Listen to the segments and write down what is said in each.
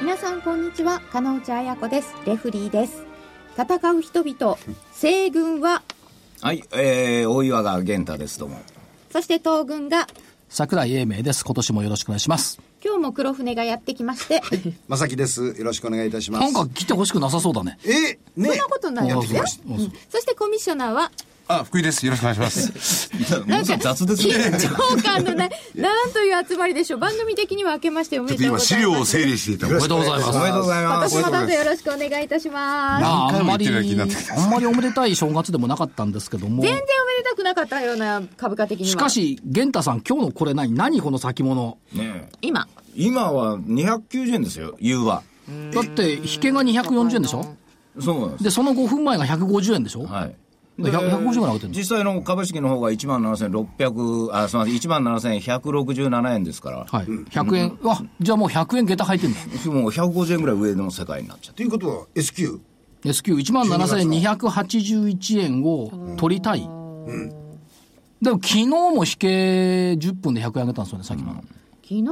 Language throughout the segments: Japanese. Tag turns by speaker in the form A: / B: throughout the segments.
A: 皆さんこんにちは金内彩子ですレフリーです戦う人々西軍は
B: はい、えー、大岩川源太です、どう も。
A: そして東軍が
C: 桜井英明です今年もよろしくお願いします
A: 今日も黒船がやってきまして、
D: まさきです。よろしくお願いいたしま
C: な
D: す。
C: んか来てほしくなさそうだね
D: えね
A: そんなことない
D: や
A: で
D: って
A: す
D: き
A: よ
D: ました。
A: うんそしてコミッショナーは
E: あ、福井です。よろしくお願いします。
B: もうすぐ雑ですね。
A: 緊張感のないなんという集まりでしょう番組的には明けましておめ
E: ちょ
A: で
E: っと
A: とうご
E: 今資
A: ざい
E: 料を
A: ます
E: 整理していた。
C: おめでとうございます
B: おめでとうございま
A: 私
B: す。
A: もどうぞよろしくお願いいたします
C: まあ、あんま
E: 何回も言っ
C: り
E: てるような気になってき、た
C: あんまりおめでたい正月でもなかったんですけども。
A: 全然おめでたくなかったような株価的には
C: しかし、玄太さん、今日のこれ何何この先物。
B: ねえ
A: 今
B: 今は290円ですよ、夕は。
C: だって、引けが240円でしょ
B: そうなんです。
C: で、その5分前が150円でしょ、
B: はい。
C: で100 150円上がってるの
B: 実際の株式の方が17,600、あ、すみません、17,167円ですから、
C: はい。100円、わ、じゃあもう100円下駄入ってんだ。
B: もう150円ぐらい上の世界になっちゃって。
D: ということは S q
C: S q 17,281円を取りたい。でも昨日も引け10分で100円上げたんですよね、さっきの。
A: 昨日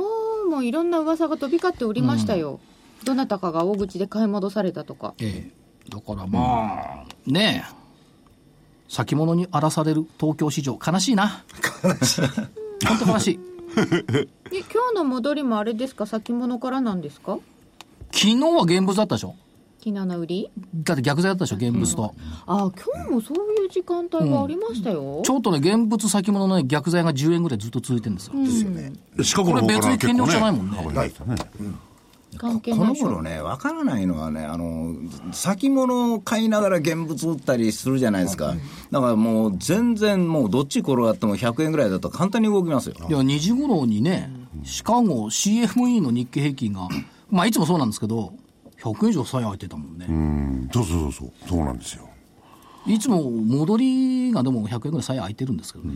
A: もいろんな噂が飛び交っておりましたよ、どなたかが大口で買い戻されたとか
C: ええ、だからまあ、ねえ先物に荒らされる東京市場悲しいな悲しい本当悲しい
A: え今日の戻りもあれですか先物からなんですか
C: 昨日は現物だったでしょ
A: 昨日の売り
C: だって逆剤だったでしょ現物と、
A: ああ今日もそういう時間帯がありましたよ、
C: ちょっとね現物先物の、ね、逆剤が10円ぐらいずっと続いてるんですよ、
E: 四国の方から
C: これ別に
E: は結構ね。
C: 権力じゃないもんね
E: 幅広いですよね。
A: 関係
B: こ
A: な
B: の
A: いしょ
B: 頃ね、わからないのはね、あの、先物を買いながら現物売ったりするじゃないですか。だからもう全然もうどっち転がっても100円ぐらいだと簡単に動きますよ。
C: いや2時頃にねシカゴ CME の日経平均がまあいつもそうなんですけど100円以上差入ってたもんね、
E: うんそうそうそうそう。そうなんですよ。
C: いつも戻りがでも100円ぐらい差空いてるんですけどね、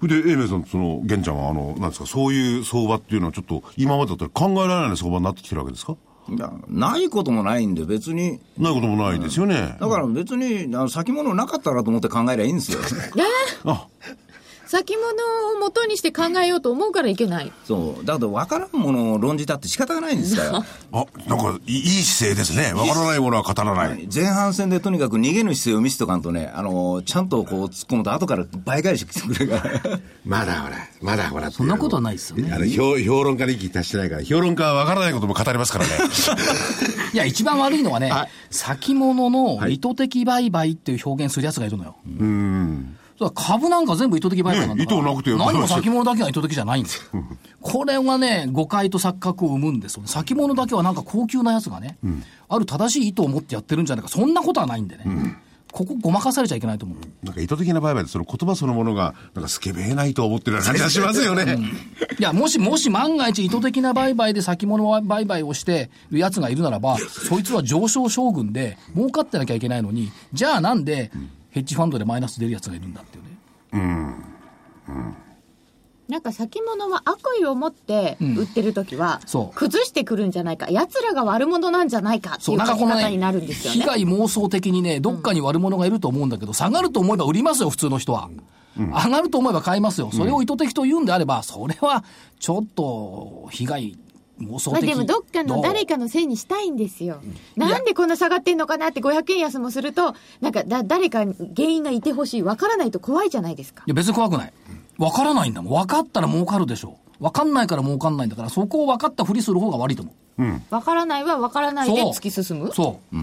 E: それで、英明さん、その、玄ちゃんは、あの、なんですか、そういう相場っていうのは、ちょっと、今までだったら考えられない相場になってきてるわけですか
B: いや、ないこともないんで、別に。
E: ないこともないですよね。
B: だから別に、あの先物なかったらと思って考えりゃいいんです よ。
A: 先物を元にして考えようと思うからいけない
B: そう。だけど分からんものを論じたって仕方がないんです から。
E: あ、なんか、いい姿勢ですね。わからないものは語らない。
B: 前半戦でとにかく逃げぬ姿勢を見せとかんとね、あの、ちゃんとこう突っ込むと後から倍返し来てくれるから。
F: まだほら、まだほらっていう。
C: そんなことはないですよね
F: あの、評評論家に息足してないから、評論家は
E: わからないことも語りますから ね。
C: いや、一番悪いのはね、先物の意図的売買っていう表現するやつがいるのよ。それは株なんか全部意図的売買なんだから、
E: ね意図なくて
C: 何も先物だけが意図的じゃないんですよ。これはね、誤解と錯覚を生むんですよね。先物だけはなんか高級なやつがね、ある正しい意図を持ってやってるんじゃないか、そんなことはないんでね。ここごまかされちゃいけないと思う。
E: なんか意図的な売買で、その言葉そのものが、なんかスケベえないと思ってるような感じがしますよね。
C: いや、もし、もし万が一意図的な売買で先物売買をしてる奴がいるならば、そいつは上昇将軍で儲かってなきゃいけないのに、じゃあなんでヘッジファンドでマイナス出る奴がいるんだっていうね。
A: なんか先物は悪意を持って売ってる時は、
C: そう
A: 崩してくるんじゃないか奴らが悪者なんじゃないかって
C: そ、
A: いうう
C: なん
A: 書
C: か
A: き
C: この
A: 方
C: ね
A: になるんですよ、ね
C: 被害妄想的にね、どっかに悪者がいると思うんだけど、下がると思えば売りますよ、普通の人は。上がると思えば買いますよ。それを意図的と言うんであれば、それはちょっと被害妄想
A: まあ
C: 的
A: でもどっかの誰
C: か
A: かのせいにしたいんですよ。なんでこんな下がってんのかなって500円安もすると、なんかだ誰かに原因がいてほしい。わからないと怖いじゃないですか
C: い。や別に怖くない。分からないんだもん。分かったら儲かるでしょう。分かんないから儲かんないんだから、そこを分かったふりする方が悪いと思う。
A: わからないはわからないで突き進む。
C: そう。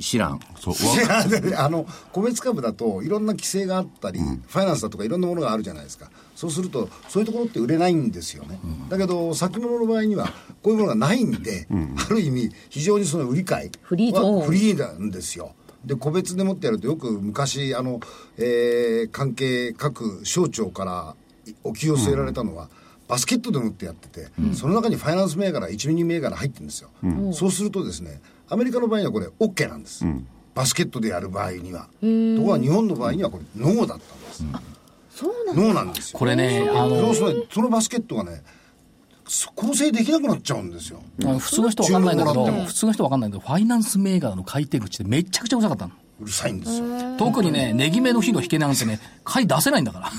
B: 知らん。
E: そう、わ
D: いやであの個別株だといろんな規制があったり、ファイナンスだとかいろんなものがあるじゃないですかそうするとそういうところって売れないんですよね、だけど先物の場合にはこういうものがないんで、ある意味非常にその売り買い
A: フリーゾーン
D: はフリーなんですよで個別でもってやるとよく昔あの、えー関係各省庁からお給を据えられたのは、バスケットでもってやってて、その中にファイナンス銘柄1ミリ銘柄入ってるんですよ、そうするとですねアメリカの場合にはこれ OK なんです、バスケットでやる場合にはところが日本の場合にはこれノーだったんです、
A: そうなん
D: ノーなんですよ
C: これね、あ
D: そう
C: の、
D: するとそのバスケットがねそ構成できなくなっちゃうんですよ
C: あの普通の人わかんないんだけど
D: 注文もらって、も
C: 普通の人わかんないんだけど、ファイナンスメーカーの買い手口でめっちゃくちゃうるさかったの。
D: うるさいんですよ
C: 特にね、ネギ目の日の引けなんてね、買い出せないんだから。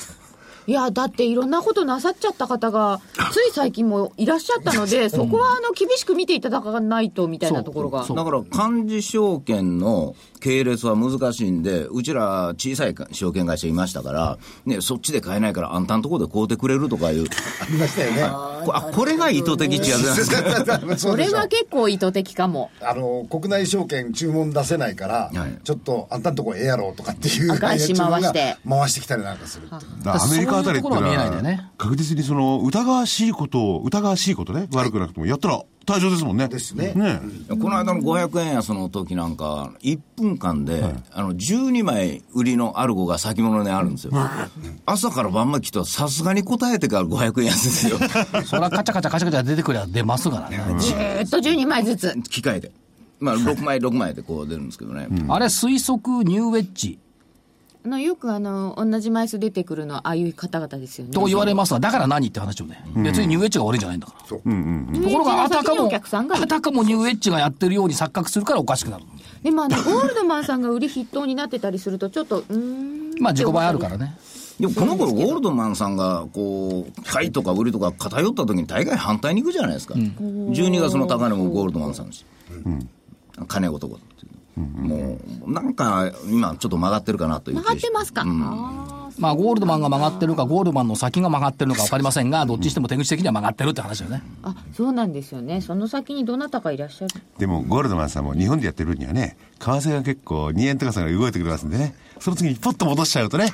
A: いやだっていろんなことなさっちゃった方がつい最近もいらっしゃったのでそこはあの厳しく見ていただかないとみたいなところが
C: そう
B: だから漢字証券の系列は難しいんで、うちら小さい証券会社いましたから、ね、そっちで買えないから、あんたんとこで買うてくれるとかいう、
D: ありましたよね
B: こあこれが意図的違うですか。
D: そ
A: そう
D: で
A: れ
D: しょ
A: は結構意図的かも
D: あの国内証券注文出せないから、
B: はい
D: ちょっとあんたんとこええやろとかっていう
A: 赤石回して
D: 注文が回してきたりなんかするっていう
E: だからアメリカあたりっていうの
C: そういうところは見えないんだよ
E: は
C: ね、
E: 確実にその、疑わしいことを、疑わしいことね、悪くなくても、やったら対象ですもんね。
D: ですね
E: ね。
B: この間の500円安の時なんか、1分間で、あの12枚売りのアルゴが先物にあるんですよ、朝から晩まで来たら、さすがに答えてから500円安ですよ、
C: そらカチャカチャカチャカチャ出てくりゃ出ますからね。
A: ずーっと12枚ずつ
B: 機械で、まあ、6枚、6枚でこう出るんですけどね、
C: あれ、推測ニューウェッジ
A: あのよくあの同じ枚数出てくるのはああいう方々ですよね
C: と言われますが、だから何って話をね。別にニューウェッジが悪いんじゃないんだから。
D: そう
C: ところが、あたか
A: お
C: も、
A: 客さんがいる
C: あたかもニューエッジがやってるように錯覚するからおかしくなる。
A: でもあのゴールドマンさんが売り筆頭になってたりするとちょっとうーん
C: まあ、自己倍あるからね。
B: でもこの頃ゴールドマンさんがこう買いとか売りとか偏った時に大概反対に行くじゃないですか、12月の高値もゴールドマンさんです、金男っていう、もうなんか今ちょっと曲がってるかなという気が
A: 曲がってますか、あー
C: まあ、ゴールドマンが曲がってるか、ゴールドマンの先が曲がってるのか分かりませんが、どっちにしても手口的には曲がってるって話だよね。
A: あそうなんですよねその先にどなたかいらっしゃる
E: でも、ゴールドマンさんも日本でやってる分にはね、為替が結構2円とかさんが動いてくれますんでね、その次にポッと戻しちゃうとね、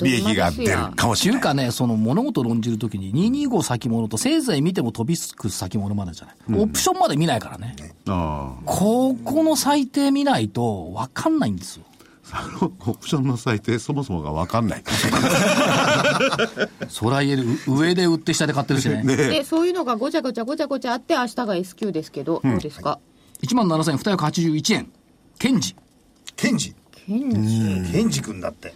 E: 利益が出るかもし
C: ちゅ
E: れな
C: う
E: い。
C: かね、その物事を論じるときに、225先物と、せいぜい見ても飛びつく先物までじゃない。オプションまで見ないからね。
E: ああ。
C: ここの最低見ないと、分かんないんですよ。
E: あの、 オプションの最低、そもそもがわかんない。
C: そら言える。う上で売って下で買ってる しね。
A: でそういうのがごちゃごちゃごちゃごちゃあって明日が S q ですけど、どうですか、
C: 17,281円。ケンジ。
D: ケンジ
A: 検事
D: ケンジ君だって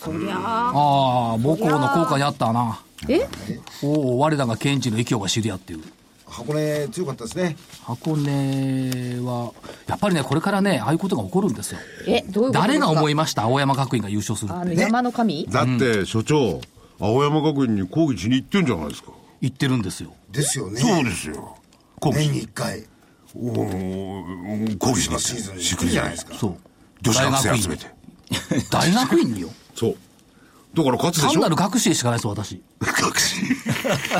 A: そりゃあ
C: ああ、母校の効果にあったな。
A: え
C: おお、我らがケンジの勢いが知り合っていう。
D: 箱根強かったですね
C: 箱根は、やっぱりね、これからね、ああいうことが起こるんですよ。
A: えどういうことですか
C: 誰が思いました青山学院が優勝する
A: あ
C: っ
A: の
C: て。
A: 山の神、
F: だって、所長、青山学院に抗議しに行ってんじゃないですか。
C: 言ってるんですよ。
D: ですよね
E: そうですよ。抗議
D: 年
E: し
D: に1回
E: おー抗議しに
D: シーズ
E: 行
D: ン
E: って、
D: に行
E: し
D: く
E: く
D: じ
E: じ
D: ゃ
E: ゃ
D: な
E: ないいです
D: で
E: す
D: か
E: か。女子学生集めて。
C: 大学院に よ。
F: そう。だから勝つでし
C: 単
F: ょ
C: なる学士しかないです、私。
E: 学士。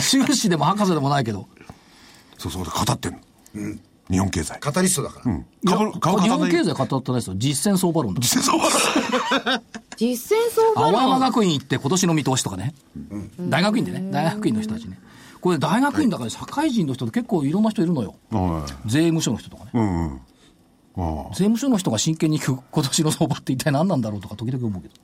C: 修士でも博士でもないけど。
E: そうそう、語ってんの。日本経済。
D: カタリストだから、
C: いや
E: 株株
C: 日
E: 語らな
C: 本
E: い
C: 経済語ってないですよ。実践相場論だ。
E: そう
A: 実践相場
C: 青山
A: の
C: 学院行って今年の見通しとかね、大学院でね大学院の人たちねこれ大学院だから社会人の人って結構いろんな人いるのよ
E: はい
C: 税務署の人とかね、
E: うんうん。あ
C: 税務署の人が真剣に聞く今年の相場って一体何なんだろうとか時々思うけど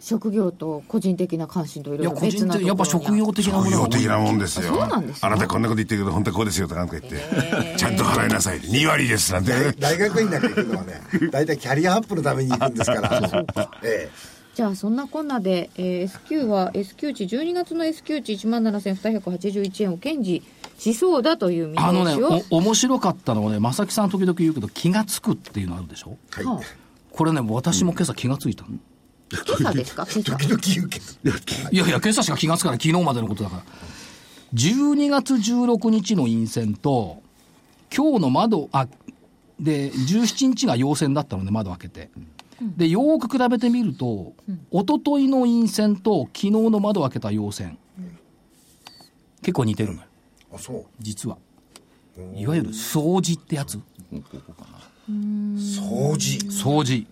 A: 職業と個人的な関心とい
C: い
A: ろい
C: や
A: ろ
C: 個人
A: 別なところ
C: 的
A: に
C: やっぱ職業的なも
E: あ。
C: のが
E: 用
C: 多い
E: 的なもんですよ。
A: そうなんですか
E: あなたこんなこと言ってるけど、本当はこうですよとかなんか言って、ちゃんと払いなさい。2割ですなんて。
D: 大学院なんか行くのはね大体キャリアアップのために行くんですからえ
A: じゃあそんなこんなで、えー S q は S q 値12月の S q 値17,281円を堅持しそうだという見
C: あの
A: 通しを
C: ねお面白かったのはね正木さん時々言うけど気がつくっていうのあるでしょ
D: えはい
C: これね私も今朝気がついたの、
A: 今朝ですか今朝
D: 時々言うけど
C: いやいや、今朝しか気がつかない、昨日までのことだから。12月16日の陰線と、今日の窓、あ、で、17日が陽線だったので、窓開けて。で、よーく比べてみると、一昨日の陰線と昨日の窓開けた陽線、結構似てるのよ、
D: あそう
C: 実は。いわゆる掃除ってやつ。
D: 掃除
C: 掃除。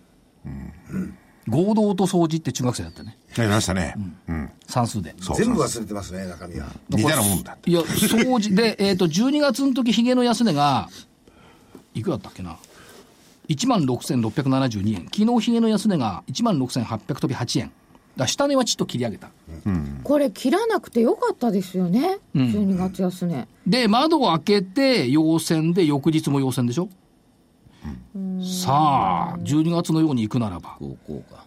C: 合同と掃除って中学生だったね。
E: やりましたね。うん。
C: 算数で。
E: そう
D: 全部忘れてますね中身は
E: 似たようなもんだ。
C: いや、掃除、で、えっ、と、12月の時、ヒゲの安値が、いくらだったっけな。16,672円。昨日ヒゲの安値が16,800飛び8円。だから下値はちょっと切り上げた。
A: これ切らなくてよかったですよね、12月安値、
C: で、窓を開けて、陽線で、翌日も陽線でしょ、さあ、12月のように行くならば、
B: こうこうか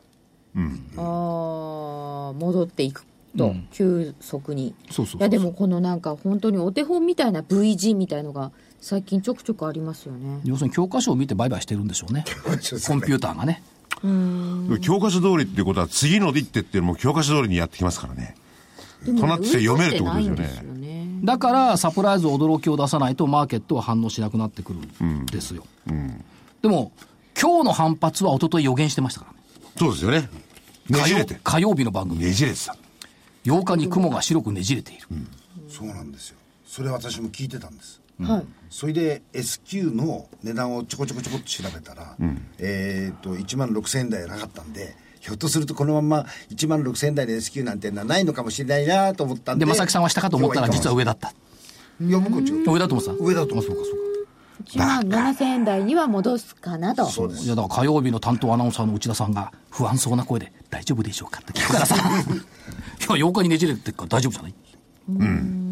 A: ああ戻っていくと、急速に
C: そうそうそうそう
A: やでもこのなんか本当にお手本みたいな V 字みたいのが最近ちょくちょくありますよね
C: 要するに教科書を見て売買してるんでしょうね、コンピューターがね。
E: 教科書通りっていうことは次の一手っていうのも教科書通りにやってきますからね。
A: でも
E: 隣って読めるってことですよ
A: 上取っ
E: ね
A: てないんですよね
C: だからサプライズ驚きを出さないとマーケットは反応しなくなってくるんですよ、でも今日の反発は一昨日予言してましたからね
E: そうですよね。ね
C: 火
E: じ
C: 曜
E: れて。
C: 火曜日の番組
E: ねじれてた。
C: 8日に雲が白くねじれている、
D: そうなんですよそれ私も聞いてたんです
A: はい
D: それで S q の値段をちょこちょこちょこっと調べたら、えっ、と1万6000円台なかったんでひょっとするとこのまんま1万6000円台の S q なんてのはないのかもしれないなと思ったんで
C: で正木さんは下かと思ったら実は上だった
D: いや僕は違う
C: 上だと思ってた
D: 上だと思うそうかそうか
A: 1万7000円台には戻すかなと
D: そうです
C: いやだから火曜日の担当アナウンサーの内田さんが不安そうな声で「大丈夫でしょうか?」って聞くからさ今日8日にねじれてるから大丈夫じゃない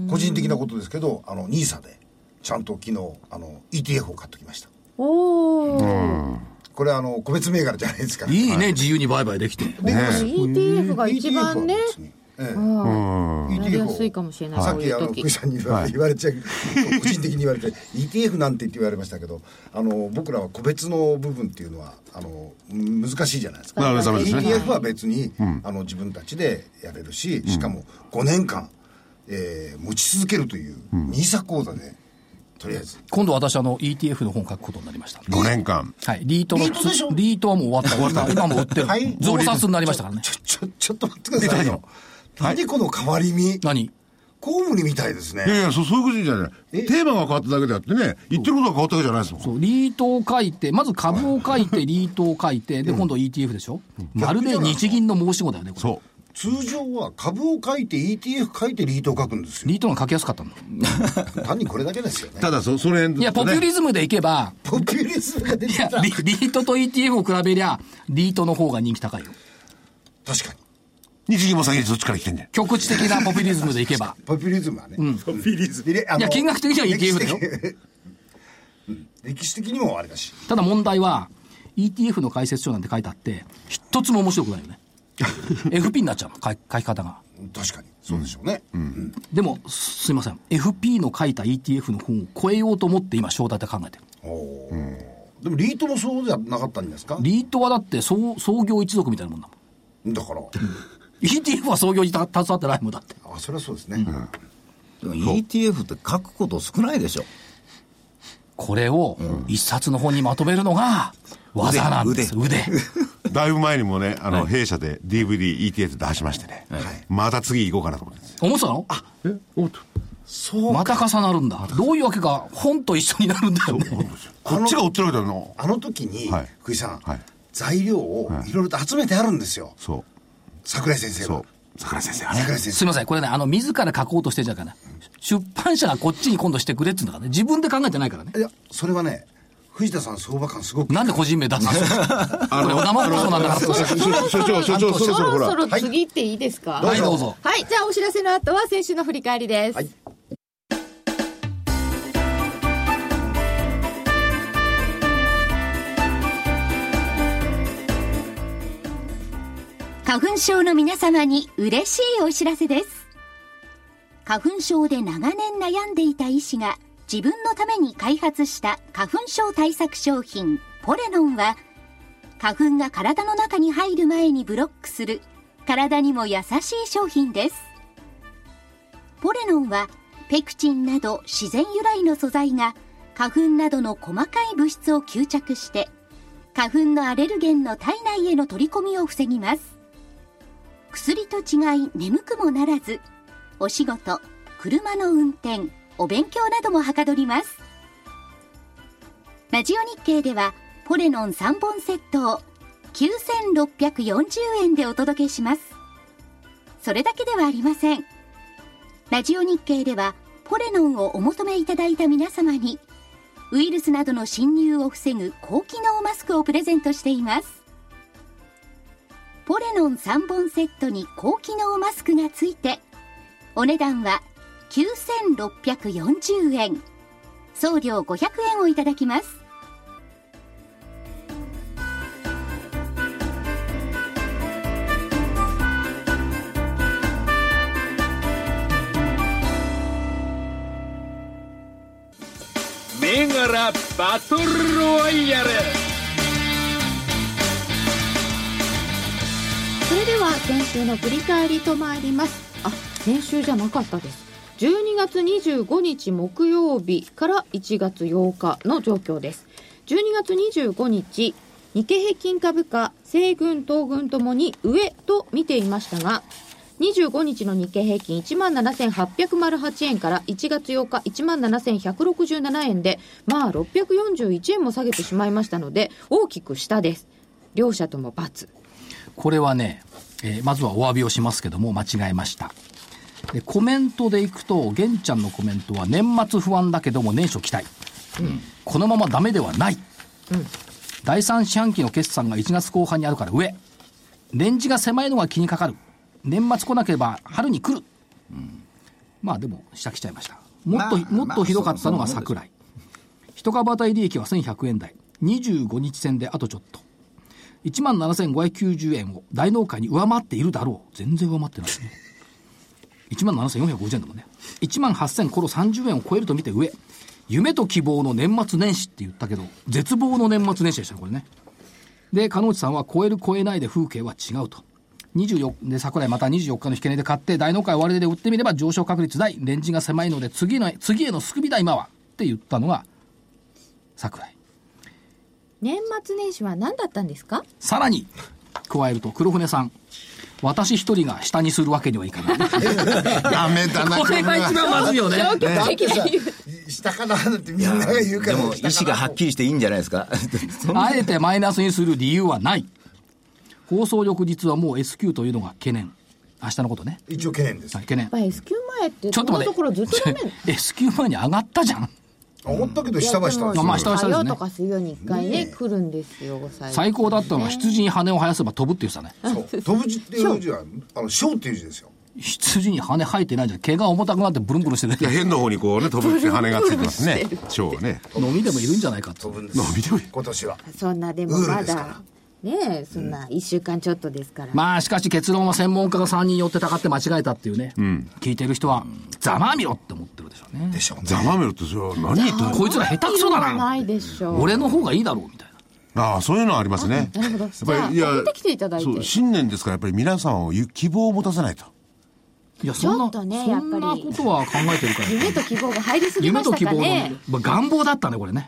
D: 個人的なことですけどあの NISA でちゃんと昨日あの ETF を買ってきました
A: おお、
D: これはあの個別銘柄じゃないですから
C: いいね、自由に売買できて
D: で
A: ETF が一番ね
D: ETF は別にええ
A: やりやすいかもしれない、
D: さ
A: こ
D: っ
A: うい
D: きあ
A: う
D: の
A: 時
D: 福井さんに言われ言われちゃう、個人的に言われて ETF なんてって言われましたけどあの僕らは個別の部分っていうのはあの難しいじゃないですか
E: まあそうですね
D: ETF は別に、あの自分たちでやれるししかも5年間、えー持ち続けるという NISA 口座でとりあえず
C: 今度私あの ETF の本を書くことになりました
E: 5年間。
C: はい、リートの
D: リートでしょ
C: リートはもう終わった。今今もう売ってる
D: はい。
C: 増刷になりましたからね
D: ち。ょちょちょっと待ってくださいよ
E: はい
D: 何この変わり身
C: 何
D: コウモリみたいですね
E: いやいや、そうそういうことじゃない。テーマが変わっただけであってね、言ってることが変わったわけじゃないですもん。
C: そう、リートを書いて、まず株を書いて、リートを書いて、で、今度 ETF でしょまるで日銀の申し子だよね、これ。
E: そう。
D: 通常は株を書いて ETF 書いてリートを書くんですよ
C: リートの書きやすかったんだ。
D: 単にこれだけですよ ね
E: ただ、そ、その辺
C: いや、ポピュ
E: ね
C: リズムでいけば、
D: ポピュリズムが出て
C: いや
D: た確か
C: リ、リートと ETF を比べりゃ、リートの方が人気高いよ。
D: に
E: 日銀も先にそっちから来てんねん。
C: 局地的なポピュリズムでいけ ば。
D: ポピュリズムはね、ポピュリズム
C: いや、金額的には ETF だよ。
D: 歴史的にもあれだした
C: だ問題は、ETF の解説書なんて書いてあって、一つも面白くないよ ね。FP になっちゃうの、書き書き方が。
D: 確かにそうでしょうね、
C: でも、すすいません。FP の書いた ETF の本を超えようと思って今、正体で考えてる。
D: おーでもリートもそうじゃなかったんですか
C: リートはだって創創業一族みたいなもんだもん。
D: だから
C: ETF は創業にた携わってないもんだって。
D: あそれはそうですね、
B: でも ETF って書くこと少ないでしょ
C: これを一冊の本にまとめるのが技なんです。腕。
E: だいぶ前にもね、あの、弊社で DVD、ETF 出しましてね。また次行こうかなと思ってます。
C: 思ってたの
F: えおっと
D: そう
C: また重なるんだ。どういうわけか本と一緒になるんだよね。
E: こっちが追ってるわけだよな。
D: あの時に、
E: はい
D: 福井さん、
E: はい
D: 材料をいろいろと集めてあるんですよ
E: そ
D: 桜井先
E: う。
D: 生
E: そ
D: は
E: う。桜井先生は
D: 桜井
E: ね。
D: 先
C: す
D: 生
C: いません。これね、あの、自ら書こうとしてんじゃんからね。出版社がこっちに今度してくれっつうんだからね。自分で考えてないからね。
D: いやそれはね藤田さん相場感すごく
C: なんで個人名出すんですかこれお名前もそうなんだから。
E: 所長、所長、そろそろほ
A: そ
E: ら。
A: ろそろ次行っていいですか、
C: はい、どうぞ。
A: はい、じゃあお知らせの後は先週の振り返りです。
D: はい
G: 花粉症の皆様に嬉しいお知らせです。花粉症で長年悩んでいた医師が自分のために開発した花粉症対策商品ポレノンは花粉が体の中に入る前にブロックする体にも優しい商品です。ポレノンはペクチンなど自然由来の素材が花粉などの細かい物質を吸着して花粉のアレルゲンの体内への取り込みを防ぎます薬と違い眠くもならずお仕事車の運転お勉強などもはかどりますラジオ日経ではポレノン3本セットを9640円でお届けしますそれだけではありませんラジオ日経ではポレノンをお求めいただいた皆様にウイルスなどの侵入を防ぐ高機能マスクをプレゼントしています。ポレノン3本セットに高機能マスクがついてお値段は9640円送料500円をいただきます
H: 銘柄バトルロワイヤル
A: それでは先週の振り返りと参りますあ先週じゃなかったです12月25日木曜日から1月8日の状況です12月25日日経平均株価西軍東軍ともに上と見ていましたが25日の日経平均17,808円から1月8日17,167円でまあ641円も下げてしまいましたので大きく下です両者とも×
C: これはね、えーまずはお詫びをしますけども、間違えました。でコメントでいくと、玄ちゃんのコメントは、年末不安だけども年初期待。このままダメではない。第3四半期の決算が1月後半にあるから上。レンジが狭いのが気にかかる。年末来なければ春に来る。まあでも、下来ちゃいました。もっと、
B: まあ
C: もっとひどかったの
B: ま
C: が
B: あそそんな
C: 桜
B: もんです
C: 井。一株当たり利益は1100円台。25日線であとちょっと。17,590円を大納会に上回っているだろう。全然上回ってないですね。17,450円だもんね。18,000コロ30円を超えると見て上。夢と希望の年末年始って言ったけど、絶望の年末年始でしたね、これね。で、鹿野内さんは超える超えないで風景は違うと。24で桜井また24日の引け値で買って大納会終わりで売ってみれば上昇確率大レンジが狭いので次の次へのすくみだ今はって言ったのが桜井
A: 年末年始は何だったんですか
C: さらに加えると黒船さん私一人が下にするわけにはいかない
E: ダメだな、
C: これが 一番まずいよね
A: 消極的に言う
D: 下かなってみんなが言うか
B: で
D: ら
B: も意
D: 下
B: 思
D: か
B: が
D: な
B: はっきりしていいんじゃないですかそんな
C: あえてマイナスにする理由はない放送翌日はもう S q というのが懸念明日のことね、
D: 一応懸念です
C: はい、懸念
A: やっぱ S q 前って
C: ちょ
A: そ
C: っと
A: の
C: 待
A: ところずっとダメ
C: S q 前に上がったじゃん
D: 思ったけど下は下
C: もまあ下は下ですね
A: 火曜とか水曜に一回ね来るんですよ
C: 最高だったのは羊に羽を生やせば飛ぶって言ってたね
D: そう飛ぶ字っていう字はあの小っていう字ですよ
C: 羊に羽生えてないじゃん毛が重たくなってブルンブルンして
E: いや、
C: る
E: 変の方にこうね、飛ぶって羽がついてますね。蝶はね。
C: 飲みでもいるんじゃないかって
D: 飛ぶんです
E: 伸びてもいい
D: 今年は
A: そんなで
D: も
A: も
D: まだ
A: ま
D: ウールですから
A: だねえそんな1週間ちょっとですから、
C: まあしかし結論は専門家が3人寄ってたかって間違えたっていうね、聞いてる人はざまあみろって思ってるでしょうね
D: でしょうね
E: ざまめろって、それは何言ってんの
C: こいつら下手くそだ
A: 色は
C: な
A: ないでしょう
C: 俺の方がいいだろうみたいな
E: ああ、そういうのはありますね。
A: あなるほどじゃあ送ってきていただいて
E: そう、新年ですから、やっぱり皆さんをゆ希望を持たせないと。
C: いやそん
A: ちょ
C: な
A: っとね
C: そんな
A: やっぱ
C: こ
A: り
C: とは考えてるから
A: 夢と希望が入りすぎ
C: 夢
A: まし
C: と
A: た
C: 希
A: か
C: 望の、
A: ね
C: まあ願望だったねこれね、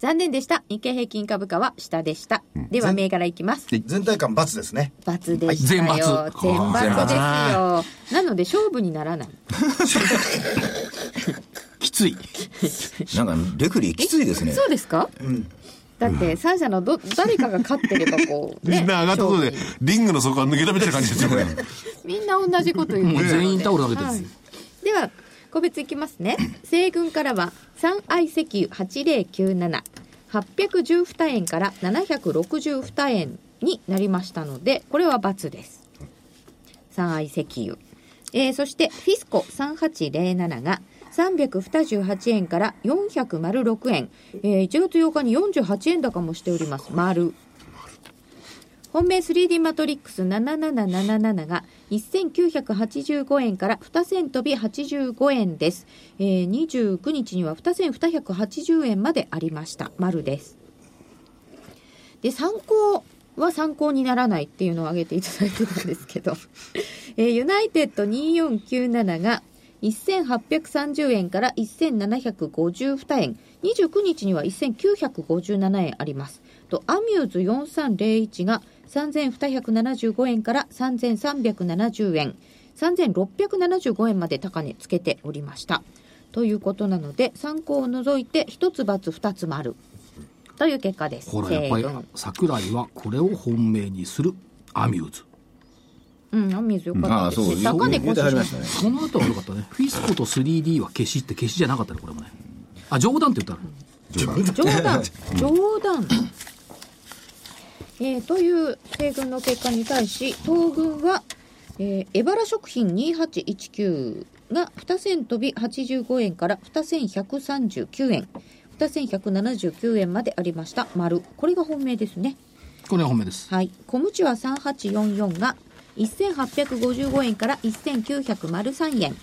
A: 残念でした日経平均株価は下でした、では銘柄いきます
D: 全体感×ですね
A: 罰でした
C: 全
A: よ
C: 罰
A: 全罰ですよなので勝負にならない
C: きつい
B: なんかレクリーきついですね
A: そうですか、だって三社のど誰かが勝ってればこう、
E: み
A: ね、
E: んな上がったことで
A: 勝負に、
E: リングの底が抜けたみたいな感じですよ、これ。
A: みんな同じこと言う
C: もう全員タオル投げてるん
A: は
C: です
A: いでは個別いきます ね西軍からは三愛石油8097 812円から762円になりましたのでこれは×です三愛石油、えーそしてフィスコ3807が328円から406円、えー1月8日に48円高もしております丸本命 3D マトリックス7777が1985円から2千飛び85円です、えー、29日には2千280円までありました丸ですで参考は参考にならないっていうのを挙げていただいてたんですけど、 えーユナイテッド2497が1830円から1752円29日には1957円ありますとアミューズ4301が3275円から3370円3675円まで高値つけておりましたということなので参考を除いて1つ×2つ丸という結果です
C: ほらやっぱり
A: 西軍
C: 桜井はこれを本命にするアミューズ
A: うん、雨水よかっ
B: ああ
A: た
B: そ
A: で
B: う
A: す。
B: よ
A: 高
B: く
A: 値
B: 言
A: 更
B: うてはり
A: 新
B: ましたね
C: その後は悪かったねフィスコと 3D は消しって消しじゃなかったねこれもねあ冗談って言ったら
A: 冗談、冗談。えーという西軍の結果に対し東軍は、えー、エバラ食品2819が2銭飛び85円から2千139円2千179円までありました丸これが本命ですね
C: これが本命です。
A: はい小ムチは3844が1855円から1903円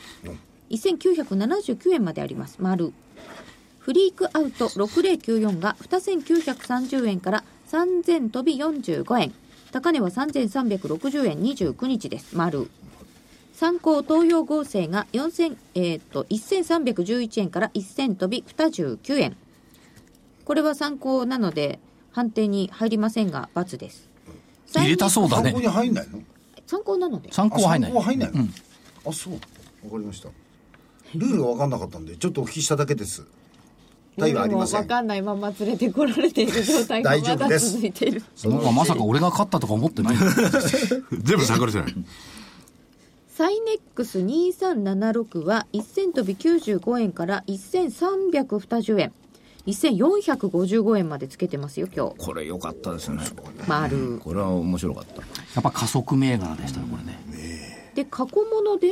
A: 1979円まであります丸フリークアウト6094が2930円から3000飛び45円高値は3360円29日です丸参考東洋合成が4000、えー、と1311円から1000飛び29円これは参考なので判定に入りませんが×です
C: 入れたそうだ
D: 参考
C: ね
D: に。入んないの
A: 参考なので
C: 参考は入んない
D: あ。入んないの、あそうわかりましたルールが分かんなかったんでちょっとお聞きしただけです対はありません
A: わかんないまま連れてこられている状態が
D: 大
A: ま
D: 丈夫
A: だ
D: です
A: 続いている
C: なんかまさか俺が勝ったとか思ってない。
F: 全部参考にしない。
A: サイネックス2376は1000飛び95円から1320円1455円までつけてますよ今日
B: これ良かったですね
A: 丸
B: これは面白かった
C: やっぱ加速銘柄でしたね、これね。
A: で過去物で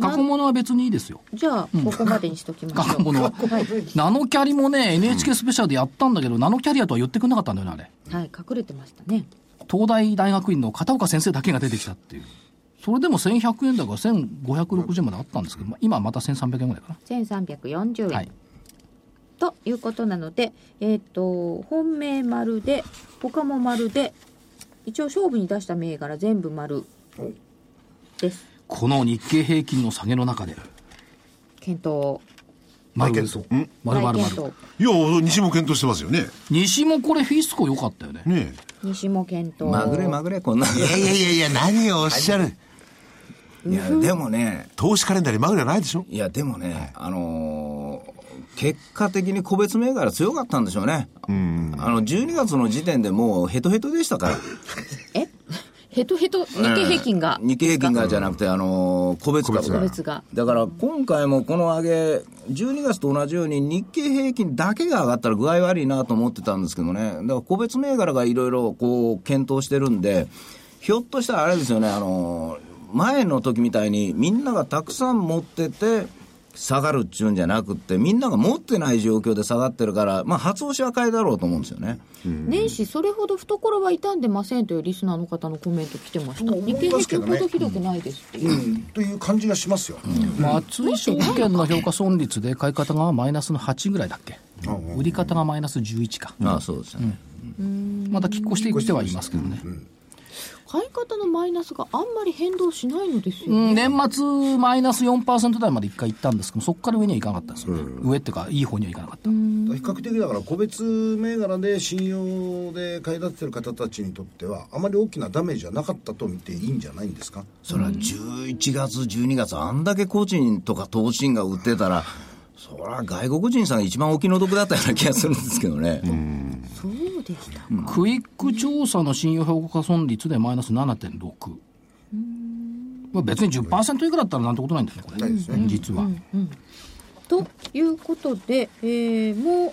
C: 過去物は別にいいですよ。
A: じゃあここまでにしときまし
C: 過
A: ょう
C: 去 物は。ナノキャリもね、NHK スペシャルでやったんだけど、ナノキャリアとは言ってくれなかったんだよね、あれ。
A: はい隠れてましたね
C: 東大大学院の片岡先生だけが出てきたっていう。それでも1100円だから1560円まであったんですけど、まあ今はまた1300円ぐらいか
A: 1340円、
C: な。はい。
A: ということなのでえっ、と本命丸で他も丸で一応勝負に出した銘柄全部丸です
C: この日経平均の下げの中で、
A: 検討
C: 丸
D: 大健闘
C: 々丸々
A: 大検
C: 丸。
A: 討
F: いや、西も検討してますよね。
C: 西もこれフィスコ良かったよね。
F: ね
A: 西も検討
B: まぐれまぐれこんな
E: いやいやいやいや、何をおっしゃる。
B: いやでもね
E: 投資カレンダーにまぐれはないでしょ
B: いやでもね、あのー結果的に個別銘柄強かったんでしょうね、あの12月の時点でもうヘトヘトでしたから
A: え ヘトヘト日経平均が、
B: 日経平均がじゃなくて、あのー個別株
A: 個別が
B: だから今回もこの上げ12月と同じように日経平均だけが上がったら具合悪いなと思ってたんですけどねだから個別銘柄がいろいろこう検討してるんでひょっとしたらあれですよね、あのー前の時みたいにみんながたくさん持ってて下がるっちゅうんじゃなくってみんなが持ってない状況で下がってるから、まあ、初押しは買いだろうと思うんですよね。
A: 年始それほど懐は傷んでませんというリスナーの方のコメント来てました
D: うん
A: 日経平均ほどひどくないですっていう、
D: うんという感じがしますよ、
C: 松井証券の評価損率で買い方がマイナスの8ぐらいだっけ、売り方がマイナス11か、
B: ああそうですよね、
C: また拮抗していくてはいますけどね、
A: 買い方のマイナスがあんまり変動しないのですよ、
C: うん年末マイナス4%台まで1回行ったんですけど、そこから上にはいかなかったんですよね、上っていうか、いい方にはいかなかった、
D: 比較的だから個別銘柄で信用で買い立ててる方たちにとってはあまり大きなダメージはなかったと見ていいんじゃないんですか
B: それは11月、12月、あんだけ個人とか投資信が売ってたら、それは外国人さんが一番お気の毒だったような気がするんですけど ね。
A: そうでしたか
C: クイック調査の信用評価損率でマイナス7.6、まあ、別に10%以下だったらなんてことないんだよね、これ、実は。
A: ということで、えーもう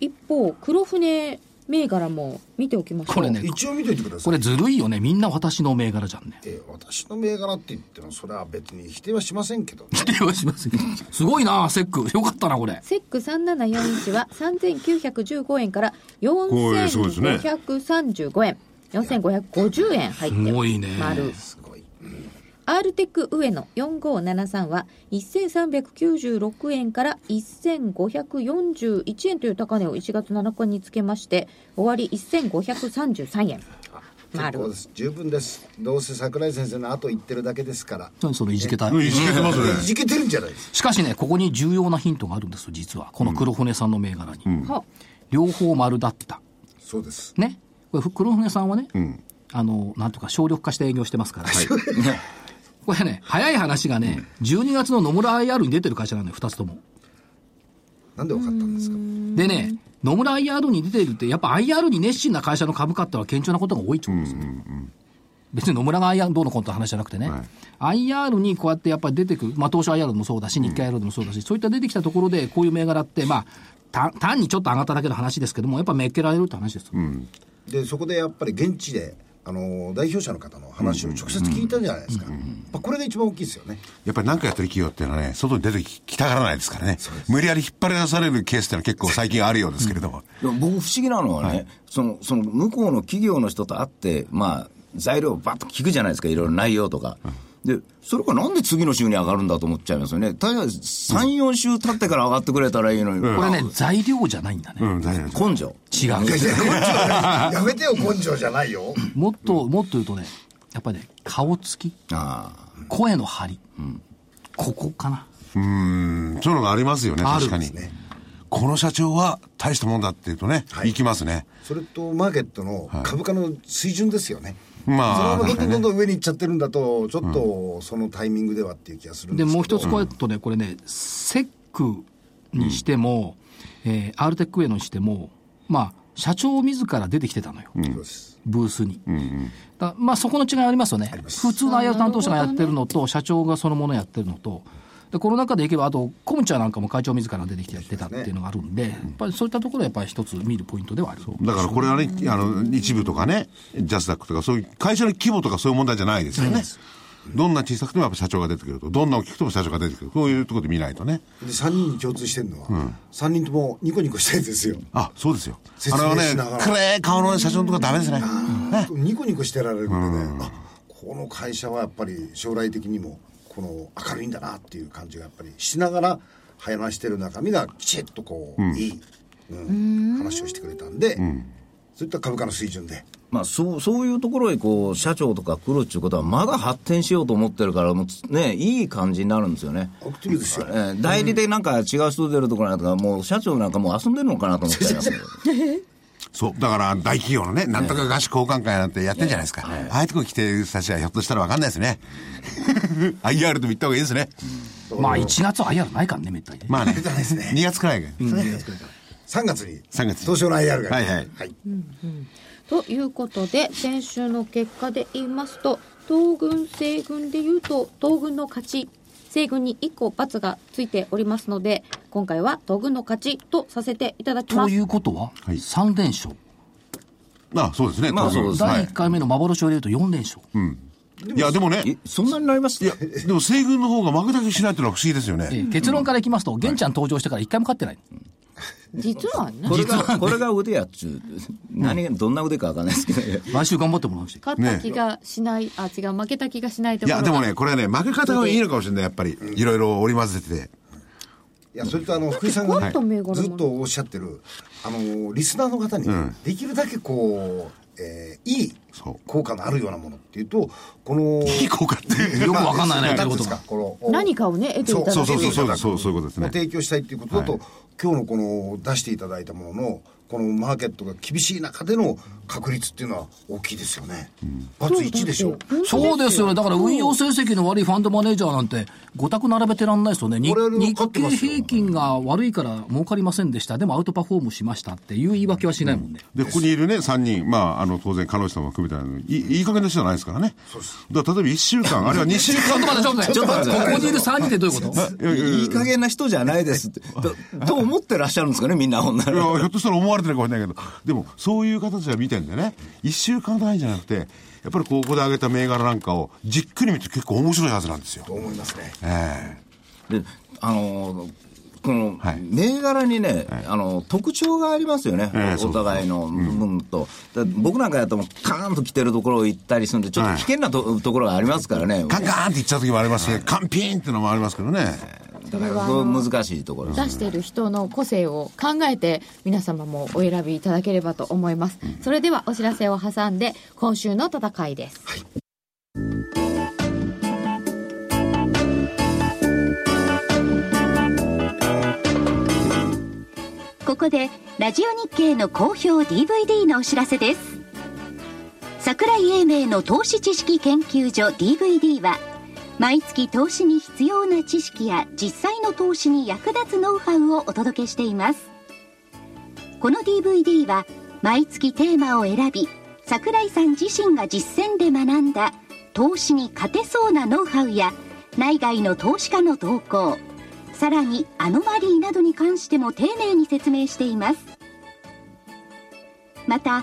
A: 一方黒船銘柄も見ておきましょう
C: これね
D: 一応見といてくださ
C: こ
D: い
C: れずるいよね、みんな私の銘柄じゃんね。
D: えー私の銘柄って言ってもそれは別に否定はしませんけ どね
C: 否定はしませんけどすごいな、セック、よかったな、これ。
A: セック3741は3915円から
F: これすごいですね
A: 4535円4550円入ってます
C: すごいね
A: 丸
D: すごい
A: R テック上野4573は1396円から1541円という高値を1月7日につけまして終わり1533円
D: 結構です十分ですどうせ桜井先生の後言ってるだけですから
C: 何そのいじけた。
F: え。いじけてますね。
D: いじけてるんじゃないですか
C: しかしね、ここに重要なヒントがあるんですよ、実は。この黒船さんの銘柄に。
A: は
C: 両方丸だった。
D: そうです
C: ね。これ、ふ黒船さんはね、あの、なんとか省力化して営業してますから。 これね、早い話がね、12月の野村 IR に出てる会社なのよ、2つとも。
D: なんでわかったんですか
C: でね、野村 IR に出ているって、やっぱ IR に熱心な会社の株価ってのは堅調なことが多いってことですよ。別に野村が IR どうのこうのって話じゃなくてね、IR にこうやってやっぱり出てくる、まあ、東証 IR でもそうだし、日経 IR でもそうだし、そういった出てきたところで、こういう銘柄って、まあ、た単にちょっと上がっただけの話ですけども、やっぱめっけられるって話ですよ。
D: でそこでやっぱり現地であの代表者の方の話を直接聞いたじゃないですか、やっぱこれが一番大きいですよね
E: やっぱり何かやってる企業っていうのはね、外に出てききたがらないですからね。無理やり引っ張り出されるケースっていうのは結構最近あるようですけれども。
B: でも僕不思議なのはね、そのその向こうの企業の人と会って、まあ、材料をバッと聞くじゃないですか、いろいろ内容とか。で、それがなんで次の週に上がるんだと思っちゃいますよね。ただ、3、4週経ってから上がってくれたらいいのに、
C: こ
B: こ
C: れ
B: れ
C: ね、材料じゃないんだね。
E: うん、大丈夫です。
B: 根性。
C: 違う。
D: やめてよ根性じゃないよ
C: もっと、もっと言うとね、やっぱりね、顔つき、
B: あ
C: 声の張り、ここかな。
E: うん、そういうのがありますよね、
C: ある
E: 確
C: ん
E: か
C: で
E: に
C: す。
E: この社長は大したもんだって言うとね、
D: い
E: 行きますね。
D: それとマーケットの株価の水準ですよね、
E: まあ
D: そのままどんどんど
E: 確か
D: んどん上に行っちゃってるんだとちょっとそのタイミングではっていう気がするん
C: で、
D: ですけど
C: もう一つこれとね、これね、セックにしても、えー、アルテックウェイのにしても、まあ、社長自ら出てきてたのよ。
D: そうです
C: ブースに。だまあそこの違いありますよね。普通の IR 担当者がやってるのと、社長がそのものやってるのと、でこの中でいけば、あと、コムチャなんかも会長自ら出てきてやってたっていうのがあるんで、やっぱりそういったところはやっぱり一つ見るポイントではある。
E: に。だからこれはね、あの、一部とかね、ジャスダックとか、そういう会社の規模とかそういう問題じゃないですよね。どんな小さくてもやっぱ社長が出てくると。どんな大きくても社長が出てくる。こういうところで見ないとね。
D: で3人に共通してるのは、三3人ともニコニコしてるんですよ
E: あ、そうですよ。
D: 説
E: あ
D: 明
E: れはね
D: しなが、ら
E: 暗い顔の社長のとこダメですね。ね
D: ニコニコしてられるんでね、あこの会社はやっぱり将来的にもこの明るいんだなっていう感じがやっぱりしながら話してる中身がきちっとこう、いい、うん、話をしてくれたんで、そういった株価の水準で
B: あ。まあ、そう、そういうところへ、こう、社長とか来るっていうことは、まだ発展しようと思ってるから、もうつ、ね、いい感じになるんですよね。
D: アクティブですよ、
B: えー代理でなんか違う人出るところなんか、もう社長なんかもう遊んでるのかなと思っちゃいますけど。
E: そう。だから、大企業のね、なんとか菓子交換会なんてやってんじゃないですか。ああいうとこ来てる人たちはひょっとしたらわかんないですね。IR でも行った方がいいですね。
C: まあ1月は IR ないからね、めったにね。
E: まあね、
D: ダメですね
E: 2月くらいが。
D: 3月に
E: 3月に
D: 東証の IR が
E: はいはい
A: ということで先週の結果で言いますと東軍西軍で言うと東軍の勝ち西軍に1個×がついておりますので今回は東軍の勝ちとさせていただきま
C: とい
A: す
C: うことは、
E: い
C: 3連勝。
E: あそうですね。
B: まあ
E: 多分
B: そうですね
E: は
C: 第
E: い
C: 1回目の幻を入れると4連勝。
E: いや、でもね、
B: え、そんなになりました
E: でも西軍の方が負けた気しないっていうのは不思議ですよ
C: え
E: ね。
C: ー結論からいきますと、玄ちゃん登場してから1回も勝ってない。
A: 実はね
B: これが、これが腕やっちゅう。何が、どんな腕かわかんないですけど。
C: 毎週頑張ってもらうし。
A: 勝った気がしない、あ違う負けた気がしないと
E: い
A: ころ
E: や、
A: が
E: でもね、これはね、負け方がいいのかもしれない、やっぱり。いろいろ織り交ぜてて。
D: いやそれとあの福井さんが
A: もっと銘柄も
D: ずっとおっしゃってるあのリスナーの方にできるだけこう、えーいい
E: そう
D: 効果のあるようなものっていうとこの
E: いい効果って。
C: よくわかんないね、や
D: まあ
C: ってること
D: な
C: が
D: ん。ていうんですかこの
A: 何かをね得ていただける
E: そうそうそうそうそうそういうことですね
D: ご提供したいっていうことだと、
E: はい
D: 今日のこの出していただいたもののこのマーケットが厳しい中での確率っていうのは大きいですよね。バツ1でしょ。
C: そうですよね。だから運用
A: す
C: 成績の悪いファンドマネージャーなんて、5択並べてらんないですよね。に
D: 我々も勝
C: 日
D: って
C: 経
D: ますよ
C: 平均が悪いから儲かりませんでした。でもアウトパフォームしましたっていう言い訳はしないもんね。
E: で、ここにいるね、3人、まあ、あの、当然、彼女さんも含めたらいい、いい加減な人じゃないですからね。だから例えば1週間、あるいは2週
C: ちょっと
E: 間とか
C: 待っ
E: で
C: て、ちょっと待って。
B: ちょっと待っ
C: こ
B: て
C: こにいる3人ってどういうこと
E: いやいやいや
B: いい加減な人じゃないですって。とと思ってらっしゃるんですかね、みんな、女
E: いや
B: の
E: ひょっとしたら思われてるかもしれないけど、でも、そういう形では見てんでね、一週間単位じゃなくて、やっぱりここで上げた銘柄なんかをじっくり見て結構面白いはずなんですよ。
D: と思いますね。
E: ええ
B: で、あのーこの
E: はい
B: 銘柄にね、あのー特徴がありますよね、
E: ええ
B: お
E: そうそう
B: お互いの分と、だ僕なんかやっても、カーンと来てるところを行ったりするんで、ちょっと危険なと,、ところがありますからね、
E: カンカーンっていっちゃう時もありますし、カンピーンってのもありますけどね。
B: だからこう難しいところです
A: 出している人の個性を考えて皆様もお選びいただければと思いますそれではお知らせを挟んで今週の戦いです
G: ここでラジオ日経の好評 DVD のお知らせです桜井英明の投資知識研究所 DVD は毎月投資に必要な知識や実際の投資に役立つノウハウをお届けしていますこの DVD は毎月テーマを選び桜井さん自身が実践で学んだ投資に勝てそうなノウハウや内外の投資家の動向さらにアノマリーなどに関しても丁寧に説明していますまた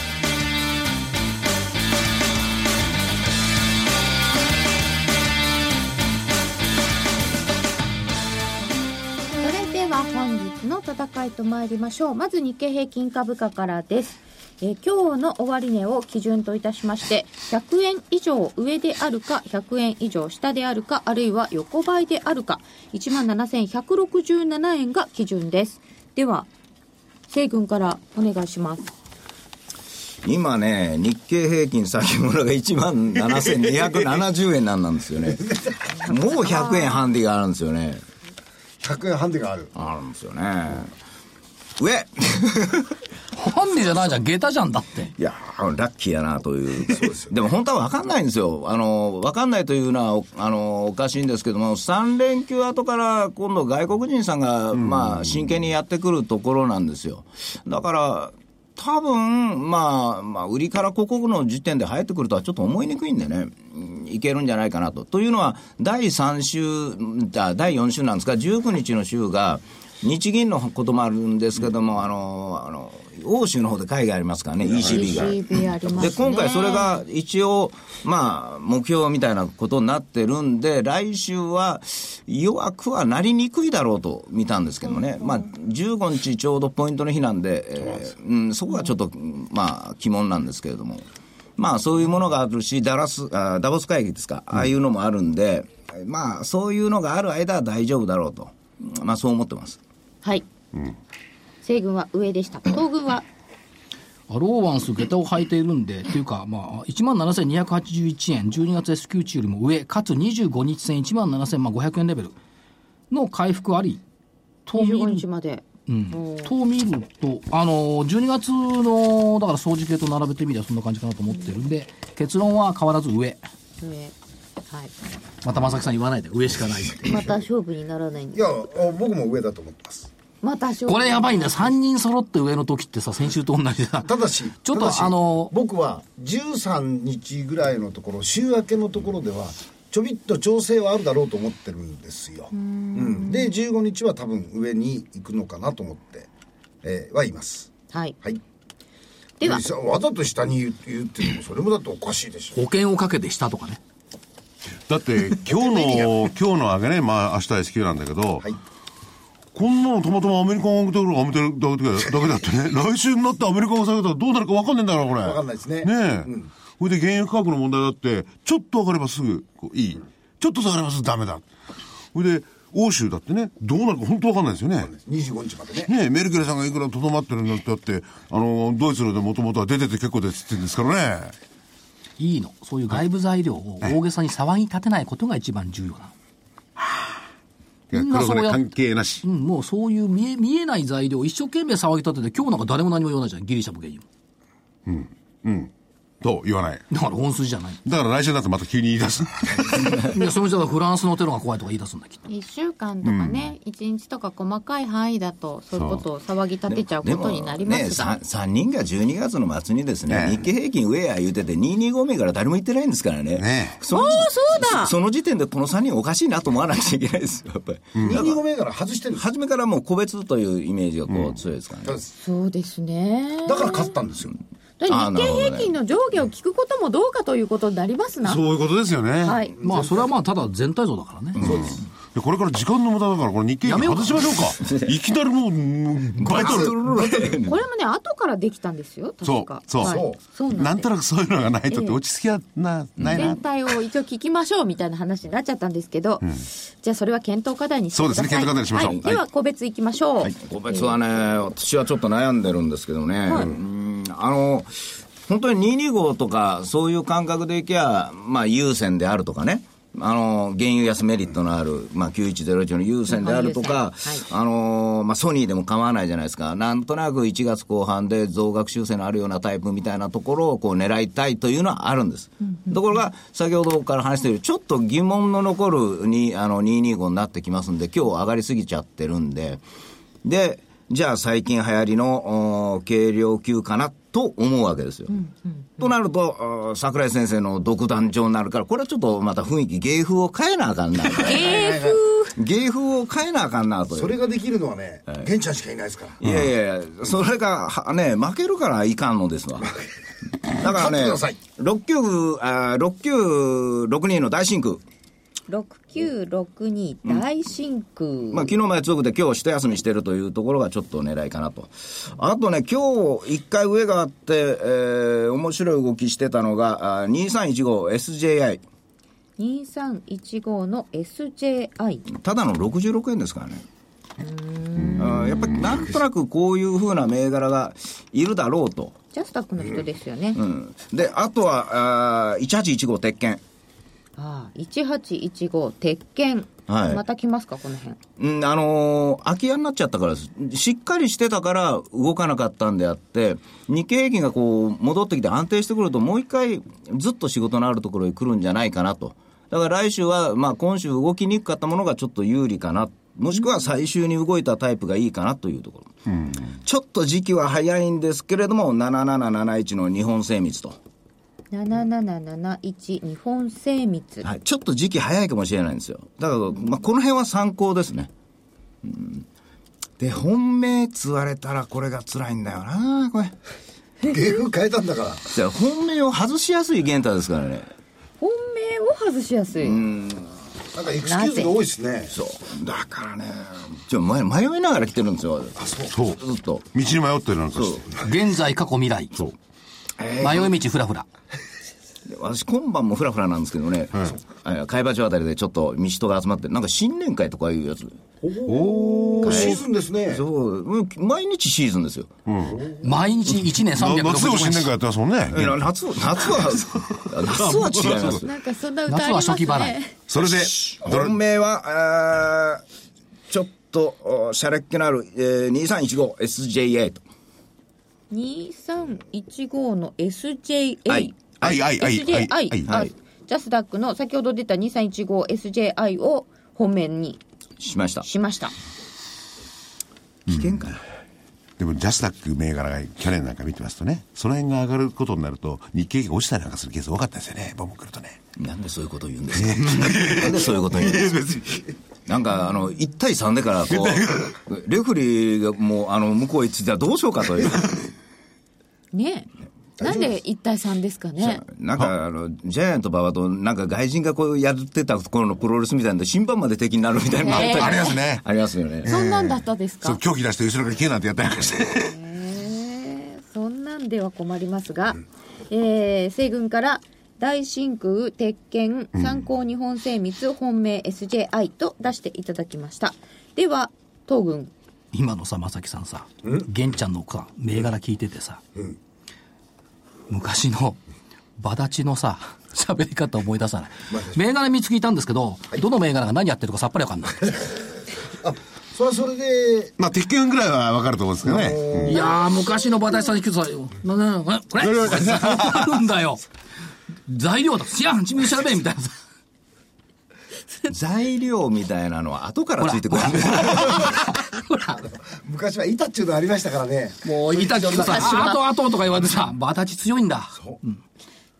A: それでは本日の戦いと参りましょうまず日経平均株価からですえー今日の終値を基準といたしまして100円以上上であるか100円以上下であるかあるいは横ばいであるか17,167円が基準ですでは西軍からお願いします
B: 今ね、日経平均先物が1万7270円なんなんですよね。もう100円ハンディがあるんですよね。
D: 100円ハンデがある
B: あるんですよね。上
C: ハンデじゃないじゃん、下駄じゃんだって。
B: いやーラッキーやなという。でも本当は分かんないんですよ。あの、分かんないというのはお、あの、おかしいんですけども、3連休後から今度外国人さんが、まあ、真剣にやってくるところなんですよ。だから、多分、まあ、まあ、売りから広告の時点で入ってくるとはちょっと思いにくいんでね、うんいけるんじゃないかなと。というのは、第3週、うんあ第4週なんですか、19日の週が、日銀のこともあるんですけども、あの、あの、欧州の方で会議ありますからね、ECB が。
A: ECB ありますね
B: で今回それが一応、まあ、目標みたいなことになってるんで、来週は弱くはなりにくいだろうと見たんですけどね、まあ、15日ちょうどポイントの日なんで、えーうん、そこはちょっと、まあ、鬼門なんですけれども、まあ、そういうものがあるし、ダラスあダボス会議ですか、ああいうのもあるんで、まあ、そういうのがある間は大丈夫だろうと、まあ、そう思ってます。
A: はい、西軍は 上でした東軍は
C: アローワンス下駄を履いているんで、というか、まあ、17,281円、12月 S q 値よりも上、かつ25日線17,500円レベルの回復あり、と見
A: 25
C: る
A: 日まで
C: うん、と見ると、あの12月のだから掃除系と並べてみればそんな感じかなと思ってるんで、結論は変わらず上、
A: 上はい
C: また正木さん言わないで、上しかない って
A: また勝負にならないん
D: い
A: で
D: やあ僕も上だと思ってます
A: また勝負
C: これやばいんだよ、3人揃って上の時ってさ、先週と同じだ、
D: ただし、
C: ちょったと
D: だし
C: あの、
D: 僕は13日ぐらいのところ、週明けのところでは、ちょびっと調整はあるだろうと思ってるんですよ。うんで、15日は多分上に行くのかなと思って、えーはいます。
A: はい
D: はい。
A: では
D: さわざと下に言う言うっていうのも、それもだっておかしいでし
C: 保
D: ょ。
C: 険をかけて下とかね、
E: だ って、今日の、今日の上げね、まあ、明日 S q なんだけど、
D: はい。
E: こんなのたまたまアメリカン送ってくるか送ってくるだけだってね、 来週になってアメリカン下げたらどうなるか分かんねえんだから、これ。
D: 分かんないですね
E: ねえ。これで原油価格の問題だって、ちょっと上がればすぐこういい。ちょっと下がればすぐダメだ。それで、欧州だってね、どうなるか本当分かんないですよね。
D: 25日までね。
E: ねえ、メルケルさんがいくらとどまってるんだってだって、あの、ドイツのでもともとは出てて結構ですって言うんですからね。
C: いいの、そういう外部材料を大げさに騒ぎ立てないことが一番重要なの。
E: いや
C: みんなそ
E: 黒
C: うや
E: 船関係なし
C: う。ん、もうそういう見え見えない材料を一生懸命騒ぎ立てて、今日なんか誰も何も言わないじゃん、ギリシャも原油も。
E: と言わない。
C: だから本筋じゃ ない。
E: だから来週になってまた急に言い出す。
C: いや、その人はフランスのテロが怖いとか言い出すん だ、きっと。
A: 1週間とかね、一1日とか細かい範囲だとそういうことを騒ぎ立てちゃうことになりますが、
B: ね、3, 人が12月の末にですね、
E: ね
B: 日経平均上や言うてて、225名から誰も言ってないんですからね、
E: ね
B: その時
A: そうだ
B: その時点でこの3人、おかしいなと思わなくちゃいけないですよ、やっぱり。だから
D: 25銘柄外してるんです
B: 初めからもう個別というイメージがこう強いですからね。
A: そうですね
D: だから勝ったんですよ。
A: だから
B: あー
A: 日
B: なるほ
A: 経
B: ど
A: 平
B: ね
A: 均の上下を聞くこともどうかということになりますな
E: そういうことですよね。
A: はい
C: まあ、それはまあ、ただ全体像だからね。
E: でこれから時間の無駄だから、これ日経
C: やめようか
E: 外しましょう か。いきなりもううん、バイトル。
A: これもね後からできたんですよ確
E: そう
A: か、
E: そう。
A: はいそうなんです
E: なんとなくそういうのがないとっ
A: ええ
E: て落ち着きはな、ないな
A: 全。体を一応聞きましょうみたいな話になっちゃったんですけど、じゃあそれは検討課題にしてください
E: そうですね検討課題にしましょう
A: はい
E: は
A: で
E: い
A: は個別いきましょう、
B: はい個別はね、私はちょっと悩んでるんですけどね、うんあの本当に225とか、そういう感覚でいけば、まあ、優先であるとかね、あの原油安メリットのある、まあ、9101の優先であるとか、あのまあ、ソニーでも構わないじゃないですか、なんとなく1月後半で増額修正のあるようなタイプみたいなところをこう狙いたいというのはあるんです。ところが、先ほどから話している、ちょっと疑問の残るにあの225になってきますんで、今日上がりすぎちゃってるんで、で、じゃあ最近流行りのおー軽量級かなと思うわけですよ。となると、おー桜井先生の独壇場になるから、これはちょっとまた雰囲気、芸風を変えなあかんな。
A: 芸風
B: 芸風を変えなあかんなという。
D: それができるのはね、玄ちゃんしかいないですから。
B: いやいやいや、それが、はね、負けるからいかんのです わ。だからね
D: 勝ってください、
B: 6九、あー6九、6人の大真空。
A: 6962大真空、
B: まあ、昨日まで強くて、今日一休みしてるというところがちょっと狙いかなと。あとね、今日一回上があって、えー、面白い動きしてたのが、あー 2315SJI。
A: 2315の SJI
B: ただの66円ですからね。あーやっぱりなんとなくこういうふうな銘柄がいるだろうと。
A: ジャスタックの人ですよね、
B: うんで、あとは、あー1815鉄拳。
A: ああ1815鉄拳、
B: はい
A: また来ますかこの辺
B: うん、あのー空き家になっちゃったからです。しっかりしてたから動かなかったんであって、日経平均がこう戻ってきて安定してくると、もう一回ずっと仕事のあるところに来るんじゃないかなと。だから来週は、まあ今週動きにくかったものがちょっと有利かな。もしくは最終に動いたタイプがいいかなというところ。ちょっと時期は早いんですけれども、7771の日本精密と。
A: 7771日本精密、
B: はい、ちょっと時期早いかもしれないんですよ。だから、まあ、この辺は参考ですね。うん、で、本命つわれたらこれが辛いんだよな、これ。
D: 芸風変えたんだから。
B: じゃあ本命を外しやすい玄太ですからね。
A: 本命を外しやすい、
D: なんかエクスキューズが多いですね。
B: そう。だからね、ちょ迷迷いながら来てるんですよ。
E: そう道
B: ずっと。
E: に迷ってるなんか
B: そう
E: して。
C: 現在、過去、未来。迷い道ふらふら。
B: で私、今晩もフラフラなんですけどね、え海馬町あたりでちょっと、ミシトが集まって、なんか新年会とかいうやつ。
D: おーシーズンですね。
B: そう、もう毎日シーズンですよ。
C: 毎日1年
E: な夏でも
C: 365
E: 新 年会や
C: 日
E: っ。てますもんね
B: え夏は、夏 は、夏は違います。
A: なんかそんな歌あ
C: 夏
A: り
C: は
A: ます
C: 初期払い
A: ね。
E: それでどれ
B: 本命は、あーちょっと、おシャレっ気のある、えー、2315SJA と。
A: 2315の SJA、
B: はい
E: はいはいはい
A: SJI、
E: はいは
A: あ
E: い
A: ジャスダックの先ほど出た 2315SJI を本面に
B: しました。
A: しました
B: 危険かな。
E: でもジャスダック銘柄が去年なんか見てますとねその辺が上がることになると日経平均が落ちたりなんかするケース多かったですよねボム来るとね
B: なんでそういうこと言うんですか なんでそういうこと言うんですかなんか、あの、1対3でから、こう、レフェリーがもう、あの、向こう行ってたらどうしようかという。
A: ねえなんで一対3ですかね
B: なんか、あの、ジャイアント馬場と、なんか外人がこうやってた頃のプロレスみたいなんで、審判まで敵になるみたいなのあったじゃない
E: ありますね
B: ありますよね。
A: そんなんだったです
E: そ
A: か
E: う狂気出して後ろから消えなんてやったりなんかして
A: へえそんなんでは困りますが、えー西軍から大真空鉄拳参考日本精密本命 SJI と出していただきましたでは東軍
C: 今のさ、正木さんさ、玄ちゃんのさ、銘柄聞いててさ、昔の、バダチのさ、喋り方思い出さない。銘柄見つけたんですけど、どの銘柄が何やってるかさっぱりわかんない。
D: あ、それはそれで、
E: まあ鉄拳ぐらいは分かると思うんですけどね
C: いやー、昔の馬大さんに聞くとさ、なななこれ、これあるんだよ。材料だ。いや、自分で調べみたいなさ。
B: 材料みたいなのは後から
C: ほ
B: つ
C: ら、
B: いてくる。
C: ほら、
D: 昔は板っていうのありましたからね。
C: もう、いたけどさ、
A: 昔は
C: あとあととか言われてさ、バタチ強いんだ。
A: だ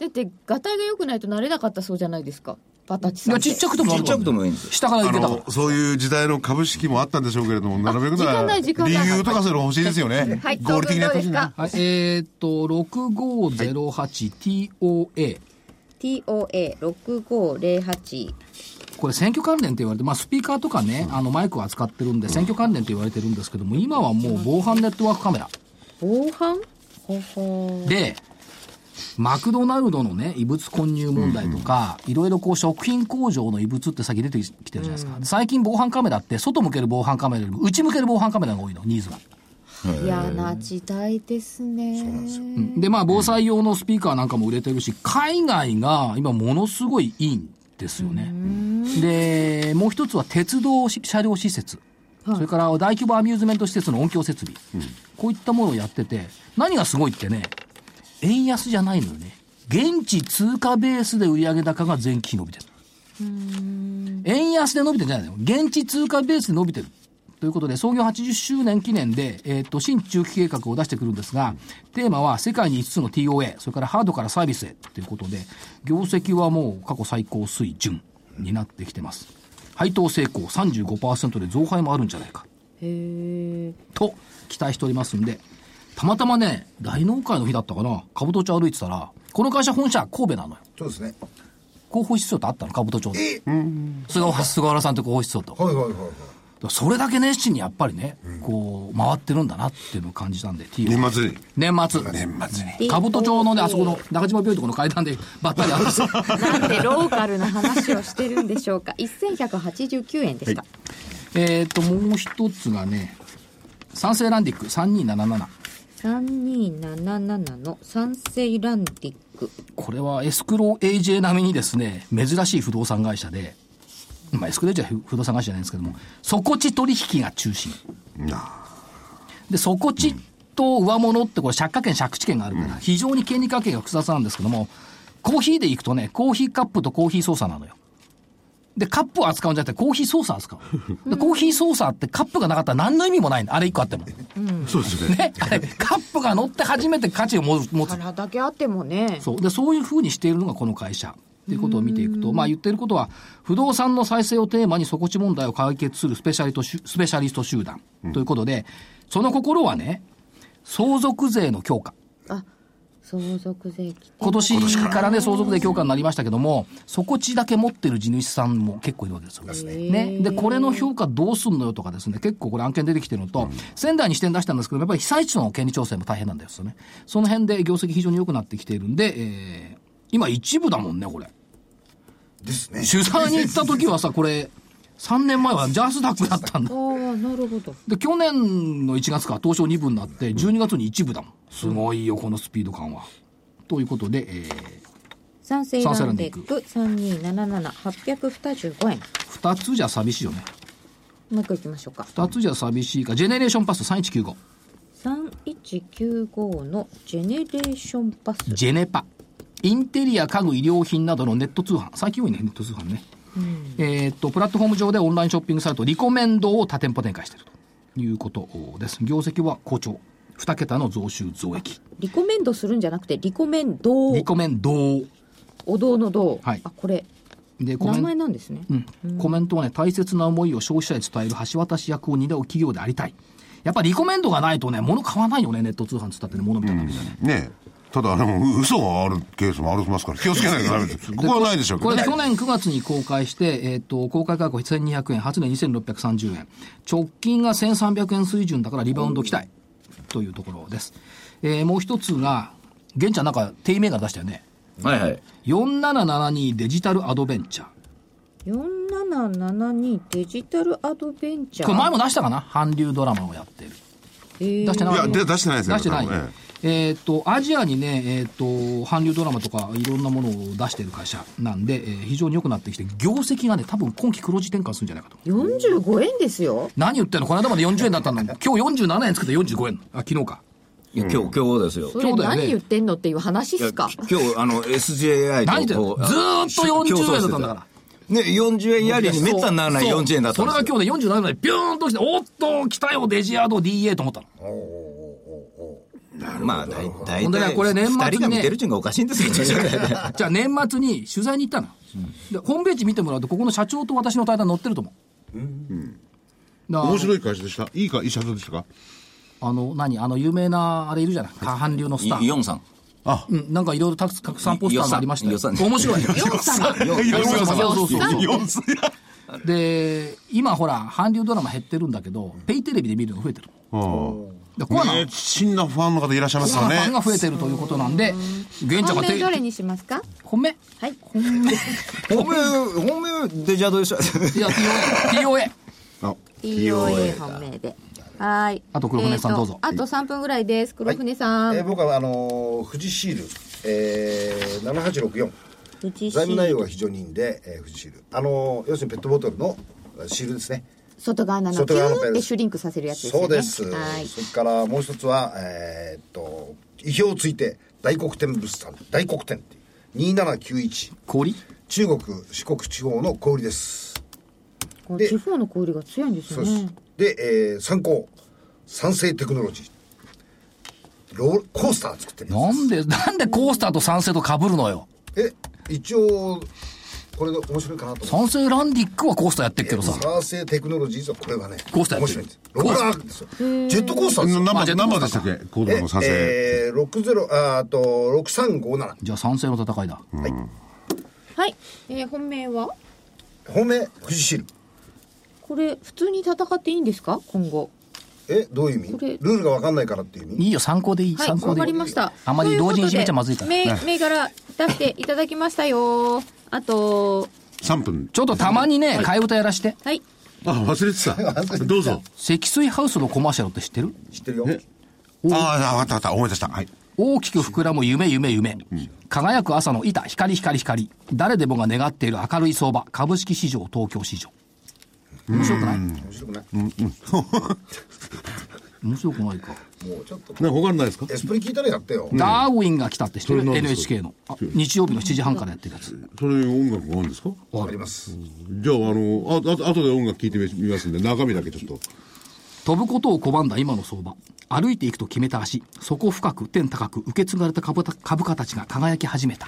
A: ってガタイが良くないとなれなかったそうじゃないですかバタチ
C: い
A: さん
C: や、
A: って
C: ちっちゃくてもある
B: ちっちゃくてもいいんですよ
C: 下からい
E: あ
C: けたから
E: の。そういう時代の株式もあったんでしょうけれども並べること
A: 時間
E: は
A: ない時間ない
E: 理由とかそういうの欲しいですよね
A: はい
E: 合理的なやつ
A: 東軍どうですか
C: はい、えーっと、6508TOA。
A: TOA6508
C: これ選挙関連って言われて、まあ、スピーカーとかね、あのマイクを扱ってるんで、選挙関連って言われてるんですけども、今はもう防犯ネットワークカメラ。
A: 防犯ほほ
C: で、マクドナルドのね、異物混入問題とか、いろいろこう食品工場の異物って先出てきてるじゃないですか。最近防犯カメラって、外向ける防犯カメラよりも、内向ける防犯カメラが多いの、ニーズが。
A: 嫌な時代ですねそうなんですよ
C: で、まあ、防災用のスピーカーなんかも売れてるし、海外が今ものすごいいいんですよね。で、もう一つは鉄道し車両施設、それから大規模アミューズメント施設の音響設備、こういったものをやってて、何がすごいってね、円安じゃないのよね。現地通貨ベースで売上高が前期比伸びてる。円安で伸びてるんじゃないのよ現地通貨ベースで伸びてる。ということで、創業80周年記念で、えっ、と、新中期計画を出してくるんですが、テーマは世界に5つの TOA、それからハードからサービスへということで、業績はもう過去最高水準になってきてます。配当成功35%で増配もあるんじゃないか。
A: へえ
C: と期待しておりますんで、たまたまね、大納会の日だったかな、兜町歩いてたら、この会社本社神戸なのよ。
D: そうですね
C: 広報室長とあったの、兜町で。菅原菅原さんと広報室長と。
D: はいはいはいはい
C: それだけ熱心にやっぱりね、こう、回ってるんだなっていうのを感じたんで、T を
E: 年末に
C: 年末。
E: 年末に
C: 兜町のね、あそこの中島病院とこの階段でばったり会うん ですよ。
A: なんでローカルな話をしてるんでしょうか1189円でした、
C: えっと、もう一つがね、三成ランディック3277。
A: 3277の三成ランディック
C: これはエスクロー AJ 並みにですね、珍しい不動産会社で、まあ、エスクロー AJ は不不動産会社じゃないんですけども、底地取引が中心。で、底地と上物ってこれ、借家権、借地権があるから、非常に権利関係が複雑なんですけども、コーヒーで行くとね、コーヒーカップとコーヒーソーサーなのよ。で、カップを扱うんじゃなくて、コーヒーソーサー扱 う。で、コーヒーソーサーってカップがなかったら何の意味もないの。あれ一個あっても。
E: そうですね。
C: ね。あれ、カップが乗って初めて価値を持つ持つ。
A: からだけあってもね
C: そうでそういうふうにしているのがこの会社ということを見ていくと、まあ、言っていることは、不動産の再生をテーマに底地問題を解決するスペシャリトスペシャリスト集団ということで、その心はね、相続税の強化。
A: あ相続税規定
C: 今年からね、相続税強化になりましたけども、底地だけ持ってる地主さんも結構いるわけですよ。ね。で、これの評価どうすんのよとかですね、結構これ案件出てきてるのと、仙台に視点出したんですけど、やっぱり被災地の権利調整も大変なんですよね。その辺で業績非常に良くなってきているんで、えー、今一部だもんね、これ。
D: ですね
C: 取材に行った時はさ、これ、3年前はジャスダックだったんだ
A: あ。あなるほど
C: で、去年の1月から東証2部になって、12月に1部だもん。すごいよ、このスピード感は。ということで、えー、
A: 三成ランディック3277825円
C: 2つじゃ寂しいよね
A: もう一個いきましょうか
C: 2つじゃ寂しいかジェネレーションパスト3195
A: 3195のジェネレーションパス
C: ジェネパインテリア家具衣料品などのネット通販最近多いねネット通販ね、えーっとプラットフォーム上でオンラインショッピングサイトリコメンドを多店舗展開しているということです業績は好調2桁の増収増益
A: リコメンドするんじゃなくてリコメンド
C: リコメンド
A: お堂の堂、
C: はい
A: あこれ
C: でコメ
A: 名
C: ン
A: 前なんですね、
C: うん、コメントはね、大切な思いを消費者に伝える橋渡し役を担う企業でありたい。やっぱリコメンドがないとね、物買わないよね、ネット通販つったってね、物みたいなわけじゃね。
E: ねただ、あの、嘘があるケースもありますから、気をつけないとダメ です。ここはないでしょうけ
C: こ
E: ど
C: れ
E: ね。
C: 去年9月に公開して、えっ、と、公開価格1200円、初値2630円。直近が1300円水準だからリバウンド期待。というところです。えーもう一つが、玄ちゃんなんか低銘柄出したよね。
B: はいはい。
C: 4772デジタルアドベンチャー。
A: 4772デジタルアドベンチャー
C: これ前も出したかな韓流ドラマをやってる。
A: えー
C: 出してないか
E: や、
C: った
E: で出してないですよ
C: 出してない
E: 多分ええ
C: えーっとアジアにね、えーっと韓流ドラマとかいろんなものを出してる会社なんで、えー非常に良くなってきて業績がね多分今期黒字転換するんじゃないかと
A: 45円ですよ
C: 何言ってんのこの間まで40円だった のに今日47円つけて45円あ昨日か
B: いや今日、今日ですよ。
C: そ
A: それ
C: うだよね
A: 何言ってんのっていう話っ
B: いや
A: すか
B: 今日、あの、SJI
C: 何言ってん
B: と
C: の
B: こう。
C: ずーっと
B: 競
C: 40
B: 争
C: 円だ
B: し
C: ってたんだから
B: ね、40円やりにめったにならない
C: そう
B: 40円だったん
C: そ
B: で
C: れ
B: す
C: が
B: よ。
C: 今日で47円でビューンと来ておっと来たよデジアード DA と思ったの
B: まあ、だいたい
C: ほんでねこれ年末にね
B: 2人が見てるっていうのがおかしい んですけどね。
C: じゃあ年末に取材に行ったの、でホームページ見てもらうとここの社長と私の対談載ってると思う、うん
E: 面白い会社でした。いいか、いい社長でしたか
C: あの、何あの、有名な、あれいるじゃない下半流のスタ
B: い
C: ー。
B: ヨンさん。
C: うん、なんかいろいろたくたくさんポスターがありましたよ
B: 予算
C: 面白い。
B: ヨン
C: ヨンさんそうそ
B: ヨン
C: うそう
B: ヨンさん
C: で、今ほら、韓流ドラマ減ってるんだけど、ペイテレビで見るの増えてる。
E: うん。
C: でコアな、
E: 熱心なファンの方いらっしゃいます
C: コ
E: か
C: アなフ
E: ら
C: ァン
E: ね
C: が。増えてるということなんで、玄ちゃん
A: 本
C: が
A: 命
C: て
A: どれにしますか
C: 本命
A: はい
B: 本命、本命デジャード でしょ。
C: いや、TOA。TOA。
E: あ
A: TOA 本命ではーい
C: あと黒船さん
A: えーと
C: どうぞ
A: あと3分ぐらいです黒船さん、
D: えー僕はあのー富士シール、えー、7864財
I: 富士シール
D: 務内容が非常にいいんで、えー、富士シール。あのー要するにペットボトルのえーシールですね。
A: 外側なのピュ
D: 外側の
A: ーってシュリンクさせるやつですよね
D: そうです。
A: はい
D: それからもう一つは、えーっと、意表をついて、大黒天物産、大黒天っていう2791。
C: 氷
D: 中国、四国地方の小売りです。
A: こう
D: で
A: 地方の小売りが強いんですよ
D: そうです
A: ね。
D: で、えー、参考、三成テクノロジー。ローコースター作ってる
C: な
D: やつ
C: んで、なんでコースターと賛成と被るのよ。
D: です。え、一応、これが面白いかなと思って。
C: 賛成ランディックはコースターやってるけどさ。
D: サーセイテクノロジーズはこれはね、
C: コースターや
D: 面
C: ってる
D: 白いんです。ローラーですよ。ジェットコースターです
E: 何
D: よ。
C: まあ
E: 番
C: じゃあ
E: 何番でしたっけ高度の査定
D: えー、60、ああと、6357。
C: じゃあ賛成の戦いだ。
A: はい、えー本命は
D: 本命、富士シール。
A: これ普通に戦っていいんですか今後
D: え、どういう意
A: これ
D: 味ルールが分かんないからっていう意味
C: いいよ、参考でいい、
A: はい
C: 参考
A: わ
C: でいい。
A: かりました
C: あまり同時に締めちゃまずいから
A: と。うことで銘銘柄出していただきましたよあと
E: 3分
C: ちょっとたまにね、替え歌やらして。
A: はい
F: あ、忘れてた。どうぞ。
C: 積水ハウスのコマーシャルって知ってる
D: 知ってるよ。
E: ああわかったわかった思い出したはい
C: 大きく膨らむ夢夢夢、輝く朝の板光光光誰でもが願っている明るい相場株式市場東京市場面白くない
D: 面白くない
C: 面白くないか、
D: もうちょっと。
F: ね、他にないですか
D: エスプリ聞いたらやってよ。
C: ダーウィンが来たって知って
F: それ
C: る
F: 何ですか
C: NHK のあ日曜日の7時半からやってるやつ
F: それ音楽があるんですか
D: わかります。
F: じゃあ、あの、あ、あと、後で音楽聴いてみますんで、中身だけちょっと。
C: 飛ぶことを拒んだ今の相場歩いていくと決めた足そこ深く天高く受け継がれた株た株価たちが輝き始めた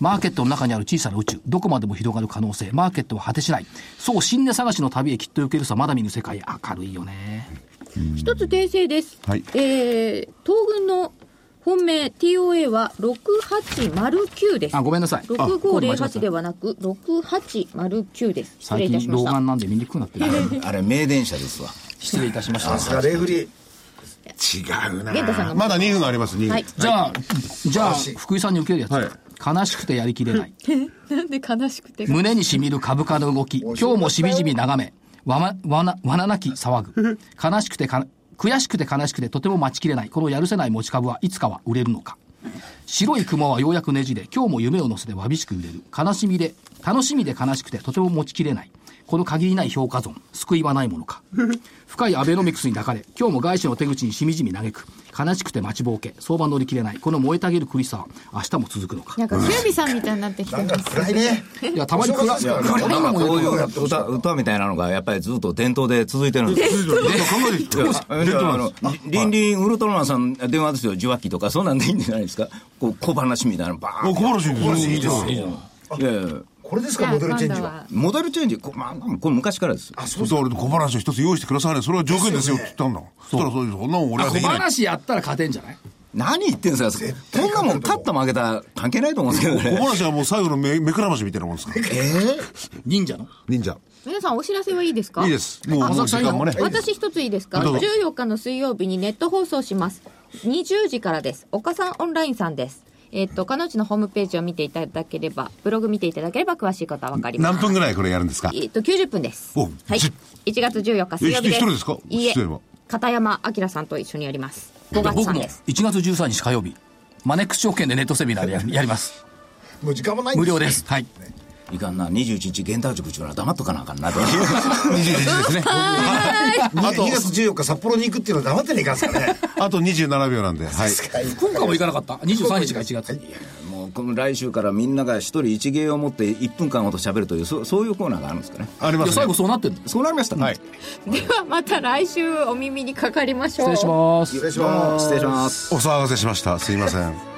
C: マーケットの中にある小さな宇宙どこまでも広がる可能性マーケットは果てしないそう新値探しの旅へきっと行けるさまだ見ぬ世界明るいよね
A: 一つ訂正です、
E: はい
A: えー東軍の本命 TOA は6809です
C: あごめんなさい
A: 6508ではなく6809です失
C: 最
A: 礼いたし
C: 近
A: ま
C: 老
A: した
C: 眼なんで見にくくなってる
B: あれ、名電車ですわ。
C: 失礼いたしました
D: さすがレフリー。
E: 違うな
A: 玄太さんが
E: まだ2分あります2分、
A: はい
C: じゃあじゃあ
D: 素晴らしい
C: 福井さんに受けるやつ、
E: はい
C: 悲しくてやりきれ ない
A: なんで悲しくて
C: 胸にしみる株価の動き今日もしみじみ眺めわまわなわななき騒ぐ悲しくてか悔しくて悲しくてとても待ちきれないこのやるせない持ち株はいつかは売れるのか白い雲はようやくねじれ今日も夢を乗せてわびしく揺れる悲しみで楽しみで悲しくてとても持ちきれないこの限りない評価損救いはないものか深いアベノミクスに抱かれ今日も外資の手口にしみじみ嘆く悲しくて待ちぼうけ相場乗り切れないこの燃えたげる苦しさは明日も続くのか
I: なんかキュービさんみたいになってきて
D: なん
I: ま
D: か
I: す
D: 暗いね。
C: いやたまに暗い
D: いや
C: 暗いのも
B: こうい
C: やる
B: う歌、歌みたいなのが、やっぱりずっと伝統で続いてるんですよ。
E: ちょっと考えてきて
B: いやいやあのリンリンウルトラマンさん、電話ですよ、受話器とか、そんなんでいいんじゃないですか。こう、小話みたいなの、バー
E: お
B: ン。
E: 小原新
D: いいですね
B: いやいや
D: これですか、モデルチェンジは。
B: モデルチェンジ、こ,、まあ、これ昔からですよ。
D: あ、そう
E: だから小原氏を一つ用意してくださいねそれは条件ですよって言ったんだそしたらそういうそんなもん俺は
C: 小
E: できない
C: 話やったら勝てんじゃない
B: 何言ってんすか、こんなもん、勝った負けた、関係ないと思うんですけど
E: 小
B: ね。
E: 原氏はもう最後の目目くらましみたいなもんですから
C: 忍者の
E: 忍者
A: 皆さんお知らせはいいですか
E: いいですもうもう時間もね
A: 私一ついいですか
E: どうぞ
A: 14日の水曜日にネット放送します20時からです岡さんオンラインさんですえっと彼女のホームページを見ていただければブログ見ていただければ詳しいことはわかります
E: 何分ぐらいこれやるんですか
A: えっと90分です
E: お
A: はい
E: じ
A: 1月14日水曜日です
E: え一人ですか
A: いいえ
E: 出演は
A: 片山明さんと一緒にやります5月
C: 僕
A: さん
C: も
A: です
C: 1月13日火曜日マネックス証券でネットセミナーでややります
D: もう時間もないん
C: 無料ですはい
B: いかんな、21日、現代塾中は黙っとかなあかんな と。
E: です ねあ
D: に2月14日、札幌に行くっていうのは黙ってねいかんすかね。
E: あと27秒なんではい
C: 福岡も行かなかった23日が1月
B: もうこの来週からみんなが一人一芸を持って1分間ほど喋るというそそういうコーナーがあるんですかね
E: あり
C: い
E: ま
C: や
E: すね
C: 最後そうなってんの失
B: そうなりましたね、
E: はい
A: ではまた来週お耳にかかりましょう
C: 礼します
B: どうも失礼します
E: お騒がせしましたすいません